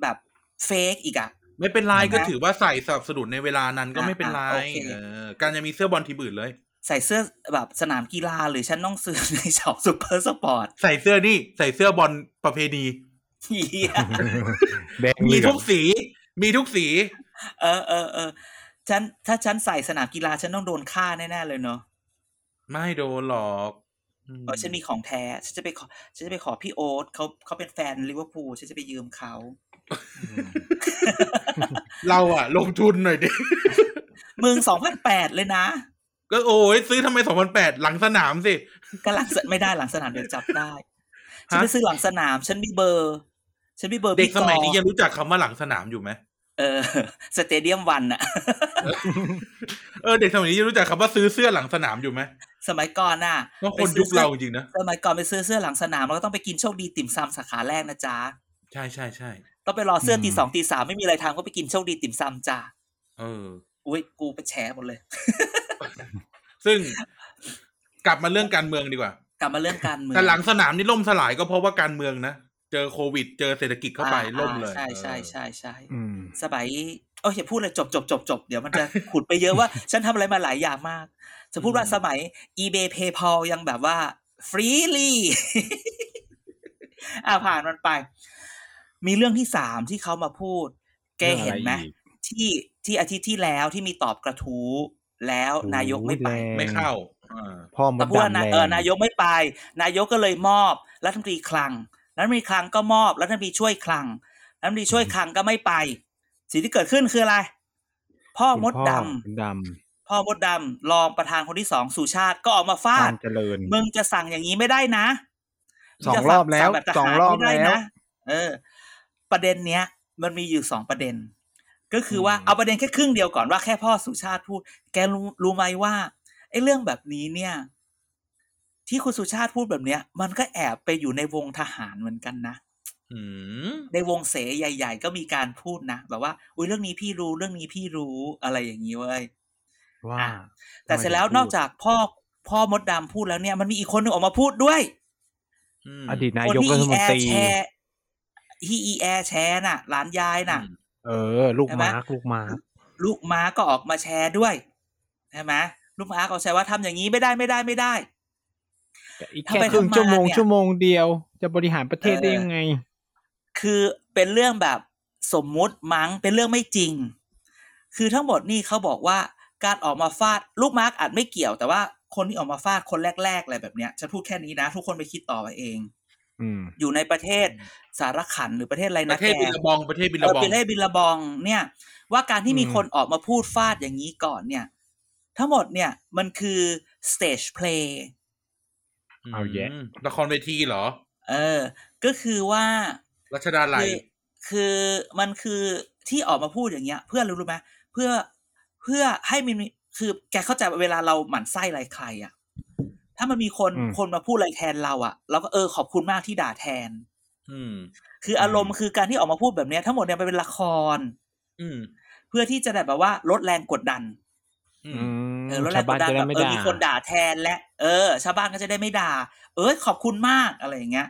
[SPEAKER 4] แบบเฟกอีกอ่ะ
[SPEAKER 2] ไม่เป็นไรก็
[SPEAKER 4] นะ
[SPEAKER 2] ถือว่าใส่สนับสนุนในเวลานั้นก็ไม่เป็นไร
[SPEAKER 4] อ่ะอ่ะโอเค
[SPEAKER 2] เออการจะมีเสื้อบอลทีมอื่นเลย
[SPEAKER 4] ใส่เสื้อแบบสนามกีฬาหรือฉันต้องซื้อในช็อปซูเปอร์สปอร์ต
[SPEAKER 2] ใส่เสื้อนี่ใส่เสื้อบอลประเพณี
[SPEAKER 4] เหี้ย
[SPEAKER 3] แดงเห
[SPEAKER 2] มี
[SPEAKER 3] ลือ
[SPEAKER 2] ทุ
[SPEAKER 3] ง
[SPEAKER 2] กสี มีทุกสี
[SPEAKER 4] เออเออเออฉันถ้าฉันใส่สนามกีฬาฉันต้องโดนฆ่าแน่ๆเลยเนาะ
[SPEAKER 2] ไม่โดนหรอกอืม
[SPEAKER 4] เพราะฉันมีของแท้ ฉันจะไปขอฉันจะไปขอพี่โอ๊ตเขาเขาเป็นแฟนลิเวอร์พูลฉันจะไปยืมเขา
[SPEAKER 2] เราอะลงทุนหน่อยดิ
[SPEAKER 4] มึงสองพันแปดเลยนะ
[SPEAKER 2] ก็โอ้ยซื้อทำไมสองพันแปดหลังสนามสิ
[SPEAKER 4] กำลังสไม่ได้หลังสนามเดี๋ยวจับได้ ฉันไปซื้อหลังสนาม ฉันมีเบอร์ ฉันมีเบอร์
[SPEAKER 2] เด็ก
[SPEAKER 4] พี่
[SPEAKER 2] สมัยนี้
[SPEAKER 4] กอ
[SPEAKER 2] ยังรู้จักคำว่าหลังสนามอยู่ไหม
[SPEAKER 4] เออ สเตเดียมวันอะ
[SPEAKER 2] เออเด็กสมัยนี้ยังรู้จักคำว่าซื้อเสื้อหลังสนามอยู่ไหม
[SPEAKER 4] สมัยก่อนน่ะ
[SPEAKER 2] ก็คน
[SPEAKER 4] ไปซื้
[SPEAKER 2] ยุ
[SPEAKER 4] อ
[SPEAKER 2] คเราจริงๆนะ
[SPEAKER 4] สมัยก่อนไปซื้อเสื้อหลังสนามเราก็ต้องไปกินโชคดีติ่มซำสาขาแรกนะจ๊ะ
[SPEAKER 2] ใช่ใช่ใช่
[SPEAKER 4] ต้องไปรอเสื้อตีสองตีสามไม่มีอะไรทำก็ไปกินโชคดีติ่มซำจ้ะ
[SPEAKER 2] เออ
[SPEAKER 4] อุ้ยกูไปแฉหมดเลย
[SPEAKER 2] ซึ่งกลับมาเรื่องการเมืองดีกว่า
[SPEAKER 4] กลับมาเรื่องการเมือง
[SPEAKER 2] แต่หลังสนามนี่ล่มสลายก็เพราะว่าการเมืองนะเจอโควิด เจอเศรษฐกิจเข้าไป
[SPEAKER 4] อ่อ่
[SPEAKER 2] ล่มเลย
[SPEAKER 4] ใช่ใช่
[SPEAKER 2] เออ
[SPEAKER 4] ใช่ใช่
[SPEAKER 3] อืม
[SPEAKER 4] สมัยโอ้ยอย่าพูดเลยจบจบจบจบเดี๋ยว มันจะ ขุดไปเยอะว่า ฉันทำอะไรมาหลายอย่างมากจะพูดว่าสมัย eBay PayPal ยังแบบว่าฟรีลี อ่าผ่านมันไป มีเรื่องที่สามที่เขามาพูด แกเห็นไหม
[SPEAKER 3] รื่องอะรอีก
[SPEAKER 4] ที่ที่อาทิตย์ที่แล้วที่มีตอบกระทู้แล้ว
[SPEAKER 3] โอ้
[SPEAKER 4] นายกไม่ไป
[SPEAKER 3] แรง
[SPEAKER 2] ไม่เข้าอ่า
[SPEAKER 3] พ่อม
[SPEAKER 4] แต่
[SPEAKER 3] ด
[SPEAKER 4] ผู้ว่า
[SPEAKER 3] ดำ
[SPEAKER 4] นา
[SPEAKER 3] แรง
[SPEAKER 4] เออนายกไม่ไป นายกก็เลยมอบรัฐมนตรีคลังรัฐมนตรีคลังก็มอบรัฐมนตรีช่วยคลังรัฐมนตรีช่วยคลังก็ไม่ไป สิ่งที่เกิดขึ้นคืออะไร พ่อ
[SPEAKER 3] คุณ
[SPEAKER 4] มด
[SPEAKER 3] พ่อ
[SPEAKER 4] ด
[SPEAKER 3] ด
[SPEAKER 4] ำพ่อมดดำรองประธานคนที่สองสุชาติก็ออกมา
[SPEAKER 3] ำ
[SPEAKER 4] ฟา
[SPEAKER 3] การ
[SPEAKER 4] ด
[SPEAKER 3] เจริญ
[SPEAKER 4] มึงจะสั่งอย่างนี้ไม่ได้นะ
[SPEAKER 3] สองรอบแล้ว
[SPEAKER 4] มึจะ
[SPEAKER 3] ส
[SPEAKER 4] สั่
[SPEAKER 3] อง
[SPEAKER 4] แบบทหาร
[SPEAKER 3] อบ
[SPEAKER 4] ไม่ได้
[SPEAKER 3] แล้
[SPEAKER 4] นะ
[SPEAKER 3] ว
[SPEAKER 4] เออ ประเด็นเนี้ย มันมีอยู่สองประเด็น ก็คือว่า
[SPEAKER 2] อืม
[SPEAKER 4] เอาประเด็นแค่ครึ่งเดียวก่อนว่าแค่พ่อสุชาติพูด แกรู้รู้ไหมว่าไอ้เรื่องแบบนี้เนี่ย ที่คุณสุชาติพูดแบบเนี้ย มันก็แอบไปอยู่ในวงทหารเหมือนกันนะ
[SPEAKER 2] อืม
[SPEAKER 4] ในวงเสใหญ่ ๆ ก็มีการพูดนะแบบว่าอุ้ยเรื่องนี้พี่รู้เรื่องนี้พี่รู้อะไรอย่างนี้เว้ย
[SPEAKER 3] ว่า
[SPEAKER 4] แต่เสร็จแล้ว
[SPEAKER 3] ทำไมถึงพูด
[SPEAKER 4] นอกจากพ่อพ่อมดดำพูดแล้วเนี่ยมันมีอีกคนหนึ่งออกมาพูดด้วย
[SPEAKER 2] ม
[SPEAKER 3] อดีตนา
[SPEAKER 4] คน
[SPEAKER 3] ยก
[SPEAKER 4] ที่
[SPEAKER 3] รัฐม
[SPEAKER 4] อีแอน
[SPEAKER 3] ตรี
[SPEAKER 4] ร์แชร์ที่อีแอร์แชร์น่ะหลานยายน่ะ
[SPEAKER 3] เออ ลูก
[SPEAKER 4] ใช่ไหม
[SPEAKER 3] มาร์กลูกมาร์ก
[SPEAKER 4] ลูกม้าก็ออกมาแชร์ด้วยใช่ไหมลูกม้าก็แชร์ว่าทำอย่างนี้ไม่ได้ไม่ได้ไม่ได้
[SPEAKER 3] อีก
[SPEAKER 4] ทำ
[SPEAKER 3] แค่
[SPEAKER 4] ไป
[SPEAKER 3] ครึ่ง
[SPEAKER 4] ทำมา
[SPEAKER 3] ชั่วโมง
[SPEAKER 4] เนี่ย
[SPEAKER 3] ชั่วโมงเดียว จะบริหารประเทศได้
[SPEAKER 4] เออ
[SPEAKER 3] ยังไง
[SPEAKER 4] คือเป็นเรื่องแบบสมมุติมั้งเป็นเรื่องไม่จริง คือทั้งหมดนี่เขาบอกว่าการออกมาฟาดลูกมาร์กอาจไม่เกี่ยว แต่ว่าคนที่ออกมาฟาดคนแรกๆอะไรแบบเนี้ยฉันพูดแค่นี้นะ ทุกคนไปคิดต่อไปเอง
[SPEAKER 3] อืม
[SPEAKER 4] อยู่ในประเทศสารขันหรือประเทศอะไร
[SPEAKER 2] ป
[SPEAKER 4] นะ
[SPEAKER 2] ระ
[SPEAKER 4] แก
[SPEAKER 2] เทศบิลลาบองประเทศบิล
[SPEAKER 4] เอ
[SPEAKER 2] ลา
[SPEAKER 4] อบ
[SPEAKER 2] อง
[SPEAKER 4] ประเทศบิลลาบองเนี่ย ว่าการที่มี
[SPEAKER 3] อืม
[SPEAKER 4] คนออกมาพูดฟาดอย่างนี้ก่อนเนี่ย ทั้งหมดเนี่ยมันคือ stage play
[SPEAKER 3] เอาแยะ
[SPEAKER 2] มละครเวทีเหรอ
[SPEAKER 4] เอ เออ ก็คือว่า
[SPEAKER 2] รัชดาไหล
[SPEAKER 4] คือคือมันคือที่ออกมาพูดอย่างเงี้ย เพื่ออะไรรู้ไหมเพื่อเพื่อให้มันมีคือแกเข้าใจว่าเวลาเราหมั่นไส้อะไรใครอะถ้ามันมีคน
[SPEAKER 3] อืม
[SPEAKER 4] คนมาพูดอะไรแทนเราอะเราก็เออขอบคุณมากที่ด่าแทน
[SPEAKER 2] อืม
[SPEAKER 4] คืออารมณ์คือการที่ออกมาพูดแบบเนี้ยทั้งหมดเนี่ยมันเป็นละคร
[SPEAKER 2] อืม
[SPEAKER 4] เพื่อที่จะได้แบบว่าลดแรงกดดัน
[SPEAKER 2] อื
[SPEAKER 3] อื
[SPEAKER 2] ม
[SPEAKER 3] ม
[SPEAKER 4] เออลดแร
[SPEAKER 3] ชาง ว
[SPEAKER 4] ก
[SPEAKER 3] บ้าน
[SPEAKER 4] ดดัน
[SPEAKER 3] จะ
[SPEAKER 4] แบ
[SPEAKER 3] ได้
[SPEAKER 4] บ
[SPEAKER 3] ไม่
[SPEAKER 4] เออ
[SPEAKER 3] ด่า
[SPEAKER 4] มีคนด่าแทนและเออ ชาวบ้านก็จะได้ไม่ด่า เออขอบคุณมากอะไรอย่างเงี้ย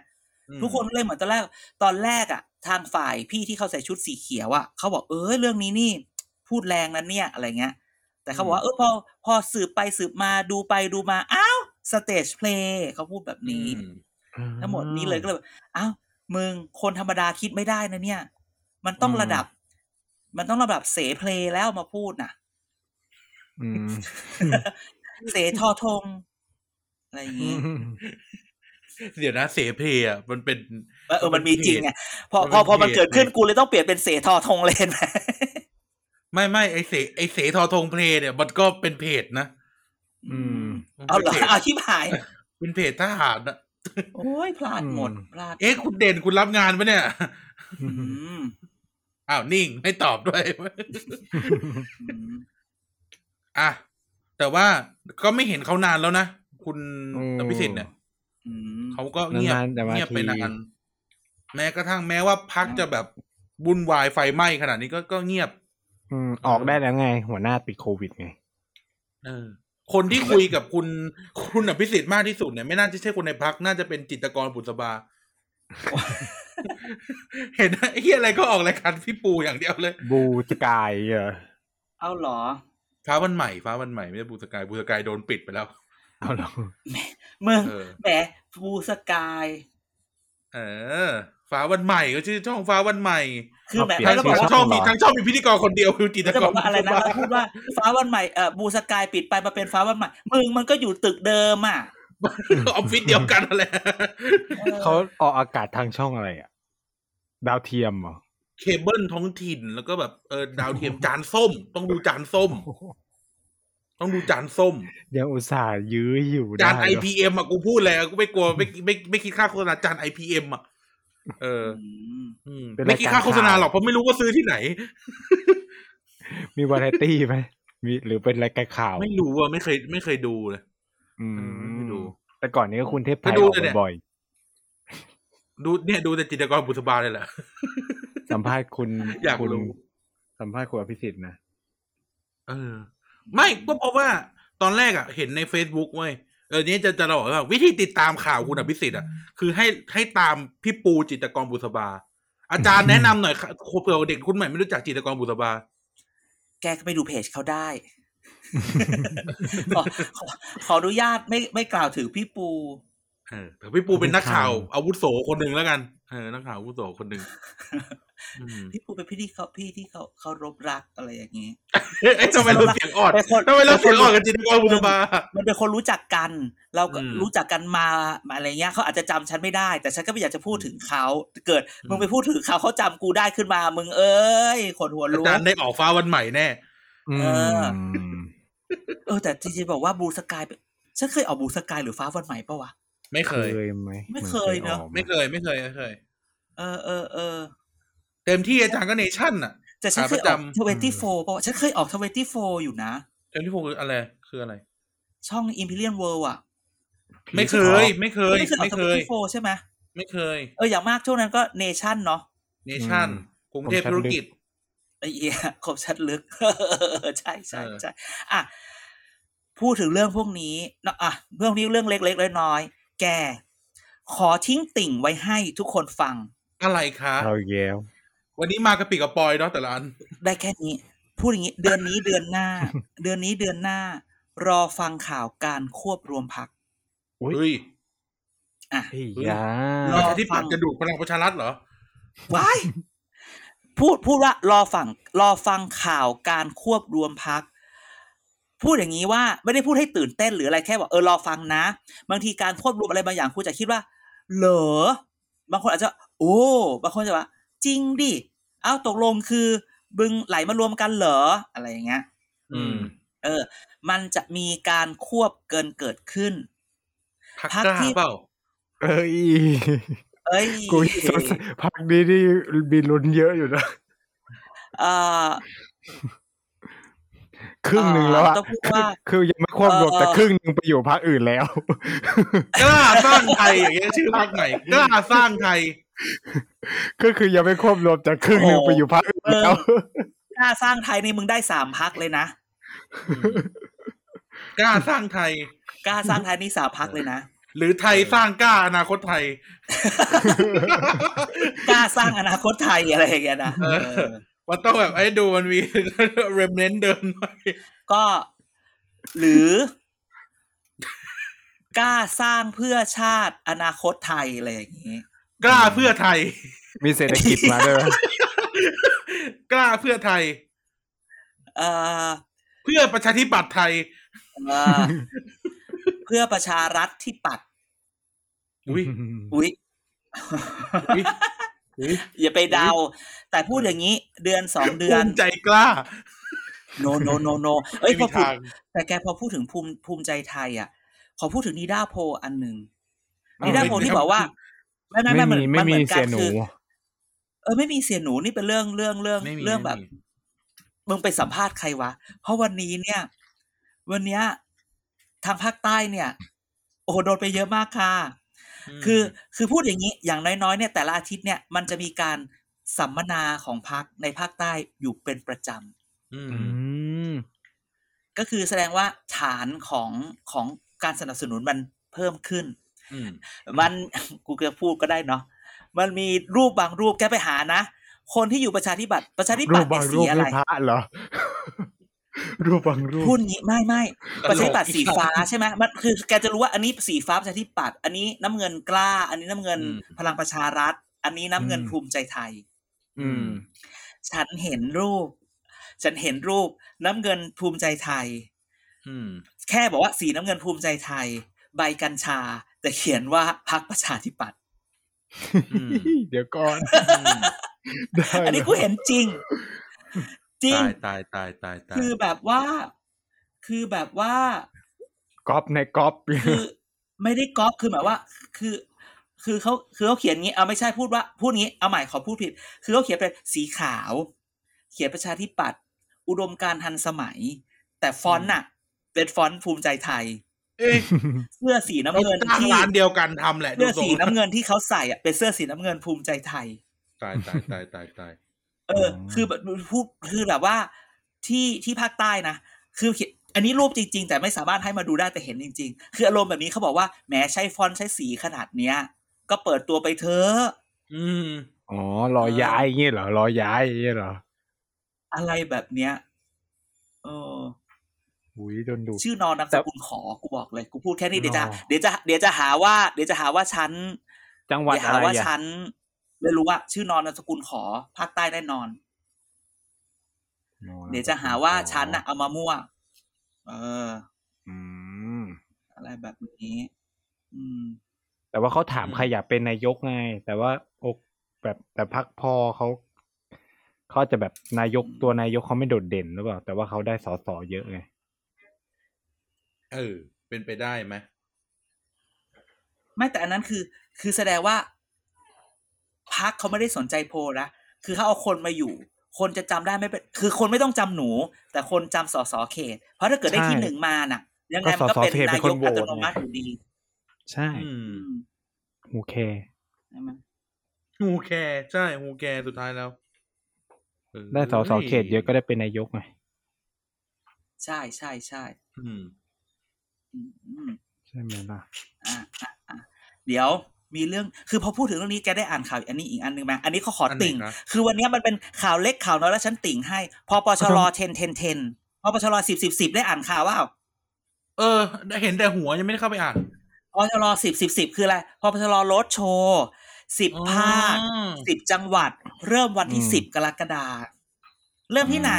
[SPEAKER 4] ทุกคนเลยเหมือนตอนแรกตอนแรกอ่ะ ทางฝ่ายพี่ที่เขาใส่ชุดสีเขียวอ่ะเขาบอกเออเรื่องนี้นี่ พูดแรงนะเนี่ยอะไรเงี้ย แต่เขาบอกว่าเออพอพอสืบไปสืบมาดูไปดูมาอ้าวสเตจเพลย์เขาพูดแบบนี้
[SPEAKER 3] อื
[SPEAKER 4] ทั้งหมดนี้เลยก็เลยแบบอ้าวมึงคนธรรมดาคิดไม่ได้นะเนี่ย มันต้องระดับ มันต้องระดับเสเพลย์แล้วมาพูดน่ะ
[SPEAKER 3] อืม
[SPEAKER 4] เสทอทงอะไรอย่างงี้
[SPEAKER 2] เดี๋ยวนะเสเพอ่ะมันเป็น
[SPEAKER 4] เออเออมันมีจริงไงพอ
[SPEAKER 2] มันเป็
[SPEAKER 4] พอน พอมัน
[SPEAKER 2] เพจ
[SPEAKER 4] เกิดขึ้นกูเลยต้องเปลี่ยนเป็นเสทอทงเลนไหม
[SPEAKER 2] ไม่ไม่ไอเสไอเสทอทงเพลย์เนี่ยมันก็เป็นเพจนะ
[SPEAKER 3] อืม
[SPEAKER 2] มัน
[SPEAKER 4] เอาเหรอ
[SPEAKER 2] ป็นพจ
[SPEAKER 4] เอาที่หาย
[SPEAKER 2] เป็นเพจทหารนะ
[SPEAKER 4] โอ้ยพลาดหมด
[SPEAKER 3] อืม
[SPEAKER 4] พลาด
[SPEAKER 2] เอ๊ะคุณเด่นคุณรับงานปะเนี่ย
[SPEAKER 3] อื
[SPEAKER 4] อื
[SPEAKER 3] ม
[SPEAKER 4] ม
[SPEAKER 2] อ้าวนิ่งไม่ตอบด้วย
[SPEAKER 4] อืม
[SPEAKER 2] อ่ะแต่ว่าก็ไม่เห็นเขานานแล้วนะ คุณอภิสิทธิ์เนี่ย
[SPEAKER 4] อืม
[SPEAKER 2] เขาก็เงียบ
[SPEAKER 3] นานๆแต่มา
[SPEAKER 2] เงียบไป
[SPEAKER 3] ที
[SPEAKER 2] นานแม้กระทั่งแม้ว่าพักจะแบบวุ่นวายไฟไหม้ขนาดนี้ก็ก็เงียบ
[SPEAKER 3] อืมออกได้แล้วไง หัวหน้าติดโควิดไง
[SPEAKER 2] เออ คนที่คุยกับคุณคุณอภิสิทธิ์มากที่สุดเนี่ยไม่น่าจะใช่คนในพักน่าจะเป็นจิตรกรบุษบา เห็นไอ้เฮียอะไรก็ออกรายการพี่ปูอย่างเดียวเลย
[SPEAKER 3] บูสกายเหรอ
[SPEAKER 4] เอาเหรอ
[SPEAKER 2] ฟ้าวันใหม่ฟ้าวันใหม่ไม่ได้บูสกายบูสกายโดนปิดไปแล้ว
[SPEAKER 3] เอาเหรอ
[SPEAKER 4] มึง
[SPEAKER 2] เออ
[SPEAKER 4] แหมบูสกาย
[SPEAKER 2] เออ ฟ้าวันใหม่ก็ชื่อช่องฟ้าวันใหม่
[SPEAKER 4] คือแหม
[SPEAKER 2] ใคร
[SPEAKER 4] เรา
[SPEAKER 2] ก็บอกว่าช่องมีทั้งช่องมีพิธีกรคนเดียวคือจิตร
[SPEAKER 4] จะ
[SPEAKER 2] ก
[SPEAKER 4] บ
[SPEAKER 2] ร
[SPEAKER 4] อกว่าอะไร นะเราพูดว่าฟ้าวันใหม่เอ่อบูสกายปิดไปมาเป็นฟ้าวันใหม่ มึงมันก็อยู่ตึกเดิมอ่ะ
[SPEAKER 2] ออฟฟิศเดียวกันอะไร
[SPEAKER 4] ออ
[SPEAKER 3] เขาออกอากาศทางช่องอะไรอ่ะ ดาวเทียมเหรอ
[SPEAKER 2] เคเบิลท้องถิ่นแล้วก็แบบเออดาวเทียมจานส้ม ต้องดูจานส้ม ต้องดูจานส้ม
[SPEAKER 3] ยังอุตส่าห์ยื้ออยู่
[SPEAKER 2] จา
[SPEAKER 3] ได้
[SPEAKER 2] น IPM อ่ะกูพูดเลยกูไม่กลัวไม่ไม่ไม่คิดค่าโฆษณาจาน IPM อ่ะเออ
[SPEAKER 4] ม
[SPEAKER 2] อืมไม่คิดค่าโฆษณาหรอกเพราะไม่รู้ว่าซื้อที่ไหน
[SPEAKER 3] มีวาไรตี้ไหมมีหรือเป็นรายการข่าว
[SPEAKER 2] ไม่รู้อ่ะไม่เคยไม่เคยดูเลย
[SPEAKER 3] อืม
[SPEAKER 2] ไม่ดู
[SPEAKER 3] แต่ก่อนนี้ก็คุณเทพไทย
[SPEAKER 2] ไปดู
[SPEAKER 3] ออก
[SPEAKER 2] เลยเนี่ย
[SPEAKER 3] บ่อย
[SPEAKER 2] ดูเนี่ยดูแต่จิตรกรบุษบาเลยแหละ
[SPEAKER 3] ๆสัมภาษณ์คุณ
[SPEAKER 2] อยาก
[SPEAKER 3] คุณ
[SPEAKER 2] รู้
[SPEAKER 3] สัมภาษณ์คุณอภิสิทธิ์นะ
[SPEAKER 2] เออ ไม่ก็เพราะว่าตอนแรกอ่ะ เห็นใน Facebook เว้ยเออเนี้จะจะเราบอกว่าวิธีติดตามข่าวคุณอภิสิทธิ์อ่ะคือให้ให้ตามพี่ปูจิตรกรบุษบา อาจารย์แนะนำหน่อยค่ะเผื่อเด็กคุณใหม่ไม่รู้จักจิตรกรบุษบา
[SPEAKER 4] แกก็ไปดูเพจเขาได้ ขอขอขออนุญาตไม่ไม่กล่าวถึงพี่ปู
[SPEAKER 2] เออแต่พี่ปูเป็นนักข่ าวอาวุโสคนหนึ่งแล้วกันเออนักข่าวอาวุโสคน หนึ่งอืม
[SPEAKER 4] พี่ปูเป็นพี่ที่เขาพี่ที่เขาเคารพรักอะไรอย่างนี้
[SPEAKER 2] เอ๊ะทำไมเราเสียงอ่อน
[SPEAKER 4] เป็นคน
[SPEAKER 2] ทำไมเราเสียงอ่อนกับจิตรกรบุษบา
[SPEAKER 4] มันเป็นคนรู้จักกัน เราก็
[SPEAKER 2] อืม
[SPEAKER 4] รู้จักกันมามาอะไรเงี้ยเขาอาจจะจำฉันไม่ได้ แต่ฉันก็ไม่อยากจะพูดถึงเขาเกิด
[SPEAKER 2] อืม
[SPEAKER 4] มึงไปพูดถึงเขาเขาจำกูได้ขึ้นมา มึงเอ้ยขนหัว
[SPEAKER 2] อา
[SPEAKER 4] ลุก
[SPEAKER 2] จารย์ได้ออกฟ้าวันใหม่แน่
[SPEAKER 3] อื
[SPEAKER 4] เออ
[SPEAKER 3] ม
[SPEAKER 4] เออแต่จริงๆบอกว่าบลูสกายเป็นฉันเคยออกบลูสกายหรือฟ้าวันใหม่ปะวะ
[SPEAKER 2] ไม่เคย
[SPEAKER 3] เคยไหม
[SPEAKER 4] ไม่เคยเนอะ
[SPEAKER 3] มั
[SPEAKER 2] ไม่เคยไม่เคยไม่เคย
[SPEAKER 4] เออเออเออ
[SPEAKER 2] เต็มที่อาจารย์ก็เนชั่นอ่ะ
[SPEAKER 4] แต่ฉันเคยออ
[SPEAKER 2] ขาประ
[SPEAKER 4] กท
[SPEAKER 2] จำ
[SPEAKER 4] เวนตี้โฟปะวะฉันเคยออกทเวนตี้โฟอยู่นะ
[SPEAKER 2] เต็มที่พวกคืออะไรคืออะไร
[SPEAKER 4] ช่องอิมพีเรียนเวิร์อะ
[SPEAKER 2] ไม่เคย ไม่เคย
[SPEAKER 4] ไม่เคยออ
[SPEAKER 2] ไม่
[SPEAKER 4] กท
[SPEAKER 2] เค
[SPEAKER 4] เว
[SPEAKER 2] ย
[SPEAKER 4] นตี้โฟใช่ไหม
[SPEAKER 2] ไม่เคย
[SPEAKER 4] เอออย่างมากช่วงนั้นก็เนชั่นเนาะ
[SPEAKER 2] เนชั่นกรุงเทพธุรกิจ
[SPEAKER 4] ไอ้เหี้ย คมชัดลึก ใช่ใช่
[SPEAKER 2] เออ
[SPEAKER 4] ใช่อ่ะพูดถึงเรื่องพวกนี้เนอะอ่ะเรื่องนี้เรื่องเล็กๆน้อยๆแก ขอทิ้งติ่งไว้ให้ทุกคนฟัง
[SPEAKER 2] อะไรคะ
[SPEAKER 3] เราแย้ว
[SPEAKER 2] วันนี้มากระปิกกระปอยเนาะแต่ละอัน
[SPEAKER 4] ได้แค่นี้ พูดอย่างนี้ เดือนนี้เดือนหน้า เดือนนี้เดือนหน้า รอฟังข่าวการควบรวมพัก
[SPEAKER 3] อุ๊ย
[SPEAKER 2] เฮ้ย
[SPEAKER 4] อ่ะ
[SPEAKER 3] เฮ้ย
[SPEAKER 2] เฮ้ย
[SPEAKER 3] ยา
[SPEAKER 4] ร
[SPEAKER 2] ป
[SPEAKER 4] อ
[SPEAKER 2] ระชาธิปัตย์จะดูดพลังประชารัฐเหรอ
[SPEAKER 4] ว้ายพูดพูดว่ารอฟังรอฟังข่าวการควบรวมพัก พูดอย่างนี้ว่าไม่ได้พูดให้ตื่นเต้นหรืออะไรแค่บอกเออรอฟังนะ บางทีการควบรวมอะไรบางอย่างคุณจะคิดว่า เหรอบางคนอาจจะ โอ้บางคนจะว่า จริงดิเอ้าตกลงคือบึงไหลมารวมกันเหรออะไรอย่างเงี้ย
[SPEAKER 2] อืม
[SPEAKER 4] เออ มันจะมีการควบเกินเกิดขึ้น
[SPEAKER 2] พักก
[SPEAKER 4] พรรค
[SPEAKER 2] ล้า
[SPEAKER 4] ที่
[SPEAKER 2] เปล่า
[SPEAKER 3] เอ้ย
[SPEAKER 4] เอ้ย
[SPEAKER 3] กูสงสัยพักนี้นี่มีลุ้นเยอะอยู่นะ
[SPEAKER 4] เอ่อ
[SPEAKER 3] ครึ่งหนึ่งแล้วอะ
[SPEAKER 4] ต้องพูด
[SPEAKER 3] คือ
[SPEAKER 4] ว่า
[SPEAKER 3] คือยังไม่ควบรวม
[SPEAKER 4] เอ่อ
[SPEAKER 3] แต่ครึ่งหนึ่งไปอยู่พักอื่นแล้ว
[SPEAKER 2] กล้าสร้างไทยอย่างเงี้ยชื่อพรรคไหนกล้าสร้างไทย
[SPEAKER 3] ก็คือยังไม่ควบรวมแต่ครึ่งหนึ่งไปอยู่พักอื่นแล้ว
[SPEAKER 4] กล้าสร้างไทยนี่มึงได้สามพักเลยนะ
[SPEAKER 2] กล้าสร้างไทย
[SPEAKER 4] กล้าสร้างไทยนี่สามพักเลยนะ
[SPEAKER 2] หรือไทยสร้างกล้าอนาคตไทย
[SPEAKER 4] กล้าสร้างอนาคตไทยอะไรอย่างเงี้ยนะ
[SPEAKER 2] เออ
[SPEAKER 4] เออ
[SPEAKER 2] มันต้องแบบไอ้ดูมันมี เรมเนนเดิมหน่อย
[SPEAKER 4] ก็หรือกล้าสร้างเพื่อชาติอนาคตไทยอะไรอย่างนี้
[SPEAKER 2] กล้าเพื่อไทย
[SPEAKER 3] มีเศรษฐกิจมาด้วยวะ
[SPEAKER 2] กล้าเพื่อไทย
[SPEAKER 4] เออ
[SPEAKER 2] เพื่อประชาธิปัตย์ไทย
[SPEAKER 4] เอ่อเพื่อประชารัฐที่ปัด
[SPEAKER 2] อุ้ย
[SPEAKER 4] อุ๊ย
[SPEAKER 2] อุ้ยอุ้ย
[SPEAKER 4] อย่าไปเดา แต่พูดอย่างนี้ เดือนสองเดื
[SPEAKER 2] ภู
[SPEAKER 4] อน
[SPEAKER 2] มิใจกล้า
[SPEAKER 4] โนโนโนโนเอ้
[SPEAKER 2] ไม่
[SPEAKER 4] ย
[SPEAKER 2] มี
[SPEAKER 4] พอพูด
[SPEAKER 2] ทาง
[SPEAKER 4] แต่แกพอพูดถึงภูมิภูมิใจไทย อ่ะ ขอพูดถึงนิด้าโพลอันหนึ่ง
[SPEAKER 3] อ้าว
[SPEAKER 4] นิด้าโพลที่บอกว่าไม่ไม่
[SPEAKER 3] ไม่
[SPEAKER 4] ไม่มัน
[SPEAKER 3] มีไม่
[SPEAKER 4] มันเห
[SPEAKER 3] มี
[SPEAKER 4] มือนกั
[SPEAKER 3] เสีย
[SPEAKER 4] น
[SPEAKER 3] หนู
[SPEAKER 4] คือ เออไม่มีเสียหนูนี่เป็นเรื่องเรื่องเรื่อง
[SPEAKER 2] ไม่มี
[SPEAKER 4] เรื่องแบบ
[SPEAKER 2] ไม่มี
[SPEAKER 4] มึงไปสัมภาษณ์ใครวะ เพราะวันนี้เนี่ย วันเนี้ยทางภาคใต้เนี่ย โอ้โหโดนไปเยอะมากค่ะ คือ คือพูดอย่างนี้ อย่างน้อยๆ เนี่ย แต่ละอาทิตย์เนี่ย มันจะมีการสัมมนาของพักในภาคใต้อยู่เป็นประจ
[SPEAKER 2] อืม
[SPEAKER 3] อืม
[SPEAKER 4] ำ ก็คือแสดงว่าฐานของของการสนับสนุนมันเพิ่มขึ้น
[SPEAKER 2] อืม
[SPEAKER 4] มัน กูจะพูดก็ได้เนาะ มันมีรูปบางรูปแกไปหานะ คนที่อยู่ประชาธิปัตย์ประชาธิ
[SPEAKER 3] รู
[SPEAKER 4] ปัต
[SPEAKER 3] ป
[SPEAKER 4] ย์
[SPEAKER 3] บาง
[SPEAKER 4] เนี่ยสี
[SPEAKER 3] รูป
[SPEAKER 4] อะไร
[SPEAKER 3] ไม่พระเหรอ รูปบางรูป
[SPEAKER 4] พูดงี้ไม่ไม่
[SPEAKER 2] ตลก
[SPEAKER 4] ประชาธิปัตย์สีฟ้าใช่ไหมมันคือแกจะรู้ว่าอันนี้สีฟ้าประชาธิปัตย์อันนี้น้ำเงินกล้า อันนี้น้ำเงินพลังประชารัฐ อันนี้น้ำเงินภูมิใจไทย
[SPEAKER 3] อืม
[SPEAKER 4] ฉันเห็นรูป ฉันเห็นรูปน้ำเงินภูมิใจไทย
[SPEAKER 2] อืม
[SPEAKER 4] แค่บอกว่าสีน้ำเงินภูมิใจไทย ใบกัญชา แต่เขียนว่าพักประชาธิปัตย์
[SPEAKER 2] อืม
[SPEAKER 3] เดี๋ยวก่อน
[SPEAKER 2] อืม
[SPEAKER 3] ได้
[SPEAKER 4] อันนี้กูเห็นจริง จริง
[SPEAKER 2] ตายตายตายตายตาย
[SPEAKER 4] คือแบบว่า คือแบบว่า
[SPEAKER 3] ก๊อปในก๊อป
[SPEAKER 4] คือไม่ได้ก๊อปคือหมายว่า คือ คือเขาคือเขาเขียนงี้เอาไม่ใช่พูดว่าพูดงี้เอาใหม่ขอพูดผิด คือเขาเขียนเป็นสีขาว เขียนประชาธิปัตย์อุดมการณ์ทันสมัย แต่ฟอนต์น่ะ เป็นฟอนต์ภูมิใจไทย
[SPEAKER 2] เอ้ย
[SPEAKER 4] เสื้อสีน้ำ
[SPEAKER 2] เรา
[SPEAKER 4] เงิน
[SPEAKER 2] ตั้ง
[SPEAKER 4] ที่
[SPEAKER 2] ร้านเดียวกันทำแหละ
[SPEAKER 4] เสื้อ
[SPEAKER 2] ดูทรง
[SPEAKER 4] สีน้ำเงินที่เขาใส่อ่ะเป็นเสื้อสีน้ำเงินภูมิใจไทย
[SPEAKER 2] ตายตายตายตายตาย
[SPEAKER 4] เออ คือแบบพูดคือแบบว่าที่ที่ภาคใต้นะคือเขียนอันนี้รูปจริง ๆ แต่ไม่สามารถให้มาดูได้แต่เห็นจริง ๆ คืออารมณ์แบบนี้เขาบอกว่าแหมใช้ฟอนต์ใช้สีขนาดเนี้ย ก็เปิดตัวไปเถอะ
[SPEAKER 2] อืม
[SPEAKER 3] อ๋อรอย้ายอย่างงี้เหรอรอย้ายอย่างงี้เหรอ
[SPEAKER 4] อะไรแบบเนี้ยเออ
[SPEAKER 3] อุ้ยโดนดู
[SPEAKER 4] ชื่อนอนนามสกุลขอกูบอกเลย กูพูดแค่นี้เดี๋ยวจะ
[SPEAKER 3] นอ
[SPEAKER 4] เดี๋ยวจะเดี๋ยวจะหาว่าเดี๋ยวจะหาว่าฉัน
[SPEAKER 3] จังหวัด
[SPEAKER 4] เดี๋ยว
[SPEAKER 3] อะ
[SPEAKER 4] หา
[SPEAKER 3] ไร
[SPEAKER 4] ว่า
[SPEAKER 3] อ่ะ
[SPEAKER 4] ฉันไม่รู้ว่า ชื่อนอนนามสกุลขอภาคใต้แน่นอน เดี๋ยวจะหาว่าฉันน่ะเอามามั่ว เออ
[SPEAKER 3] อืม
[SPEAKER 4] อะไรแบบนี้ อืม
[SPEAKER 3] แต่ว่าเขาถาม
[SPEAKER 2] อืม
[SPEAKER 3] ใครอยากเป็นนายกไงแต่ว่าอกแบบแต่พักพอเขาเขาอาจจะแบบนายกตัวนายกเขาไม่โดดเด่นหรือเปล่าแต่ว่าเขาได้สอสอเยอะไง
[SPEAKER 2] เออ เป็นไปได้ไหม
[SPEAKER 4] ไม่แต่อันนั้นคือ คือแสดงว่าพักเขาไม่ได้สนใจโพลนะคือเขาเอาคนมาอยู่ คนจะจำได้ไม่เป็น คือคนไม่ต้องจำหนู แต่คนจำสสเขต เพราะถ้าเกิดได้ที่หนึ่งมาน่ะ ยังไงมันก็เป็นนายกอัตโนมัติอยู่ดี
[SPEAKER 3] ใช่
[SPEAKER 2] อืม
[SPEAKER 4] อืม
[SPEAKER 3] โอเค
[SPEAKER 4] ใช่ไหม
[SPEAKER 2] ฮูแคร์ใช่ฮูแคร์สุดท้ายแล้วเออ
[SPEAKER 3] ได้สอสอเขตเยอะก็ได้เป็นนายกไง
[SPEAKER 4] ใช่ใช่ใช่
[SPEAKER 2] อืม
[SPEAKER 4] อืมอืม
[SPEAKER 3] ใช่ไหมล่ะ
[SPEAKER 4] อ่ะอ่ะอ่ะเดี๋ยวมีเรื่อง คือพอพูดถึงเรื่องนี้แกได้อ่านข่าวอันนี้อีกอันหนึ่งไหมอันนี้เขาขอ
[SPEAKER 2] อันไหน
[SPEAKER 4] ติ่ง
[SPEAKER 2] ครับ
[SPEAKER 4] คือวันเนี้ยมันเป็นข่าวเล็กข่าวน้อยแล้วฉันติ่งให้ พอปชรเทนเทนเทนพอปชรสิบสิบสิบได้อ่านข่าวว่า
[SPEAKER 2] เออได้เห็นแต่หัวยังไม่ได้เข้าไปอ่าน
[SPEAKER 4] พอชรสิบสิบสิบคืออะไรพอพชรลดโชว์สิบภาค
[SPEAKER 2] อ๋อ
[SPEAKER 4] สิบจังหวัด เริ่มวันที่
[SPEAKER 3] อืม
[SPEAKER 4] สิบกรกฎาคมเริ่มที่
[SPEAKER 3] อืม
[SPEAKER 4] ไหน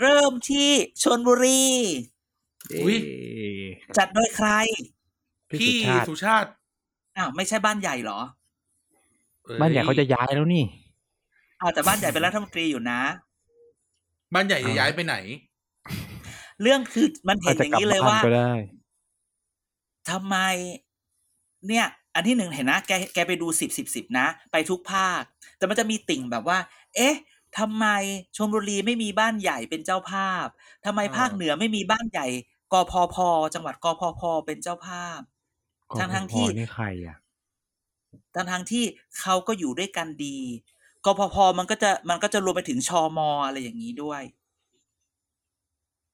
[SPEAKER 4] เริ่มที่ชนบุรี
[SPEAKER 2] อุ้ย
[SPEAKER 4] จัดโดยใคร
[SPEAKER 2] พี่สุชาติ
[SPEAKER 4] อ้าวไม่ใช่บ้านใหญ่เหรอ
[SPEAKER 3] บ้านใหญ่เขาจะย้ายแล้วนี่
[SPEAKER 4] อ้าวแต่บ้านใหญ่เป็นรัฐมนตรีอยู่นะ
[SPEAKER 2] บ้านใหญ่จะ
[SPEAKER 3] อ่า
[SPEAKER 2] ย้ายไปไหน
[SPEAKER 4] เรื่องคือมันเห็
[SPEAKER 3] อาน จ
[SPEAKER 4] อ
[SPEAKER 3] จะก
[SPEAKER 4] ย่าง
[SPEAKER 3] ลับ
[SPEAKER 4] นี้เลย
[SPEAKER 3] บ้าน
[SPEAKER 4] ว่า
[SPEAKER 3] ก็ได้
[SPEAKER 4] ทำไม เนี่ย อันที่หนึ่งเห็นนะ แกแกไปดูสิบสิบสิบนะ ไปทุกภาค แต่มันจะมีติ่งแบบว่า เอ๊ะทำไมชมบุรีไม่มีบ้านใหญ่เป็นเจ้าภาพทำไม
[SPEAKER 2] อ่า
[SPEAKER 4] ภาคเหนือไม่มีบ้านใหญ่กพพจังหวัดกพพเป็นเจ้าภาพ
[SPEAKER 3] ก
[SPEAKER 4] ทั้งๆ
[SPEAKER 3] พพ
[SPEAKER 4] ที่
[SPEAKER 3] นี่ใครอ่ะ
[SPEAKER 4] ทั้งทางๆที่เขาก็อยู่ด้วยกันดีกพพมันก็จะมันก็จะรวมไปถึงชมอะไรอย่างนี้ด้วย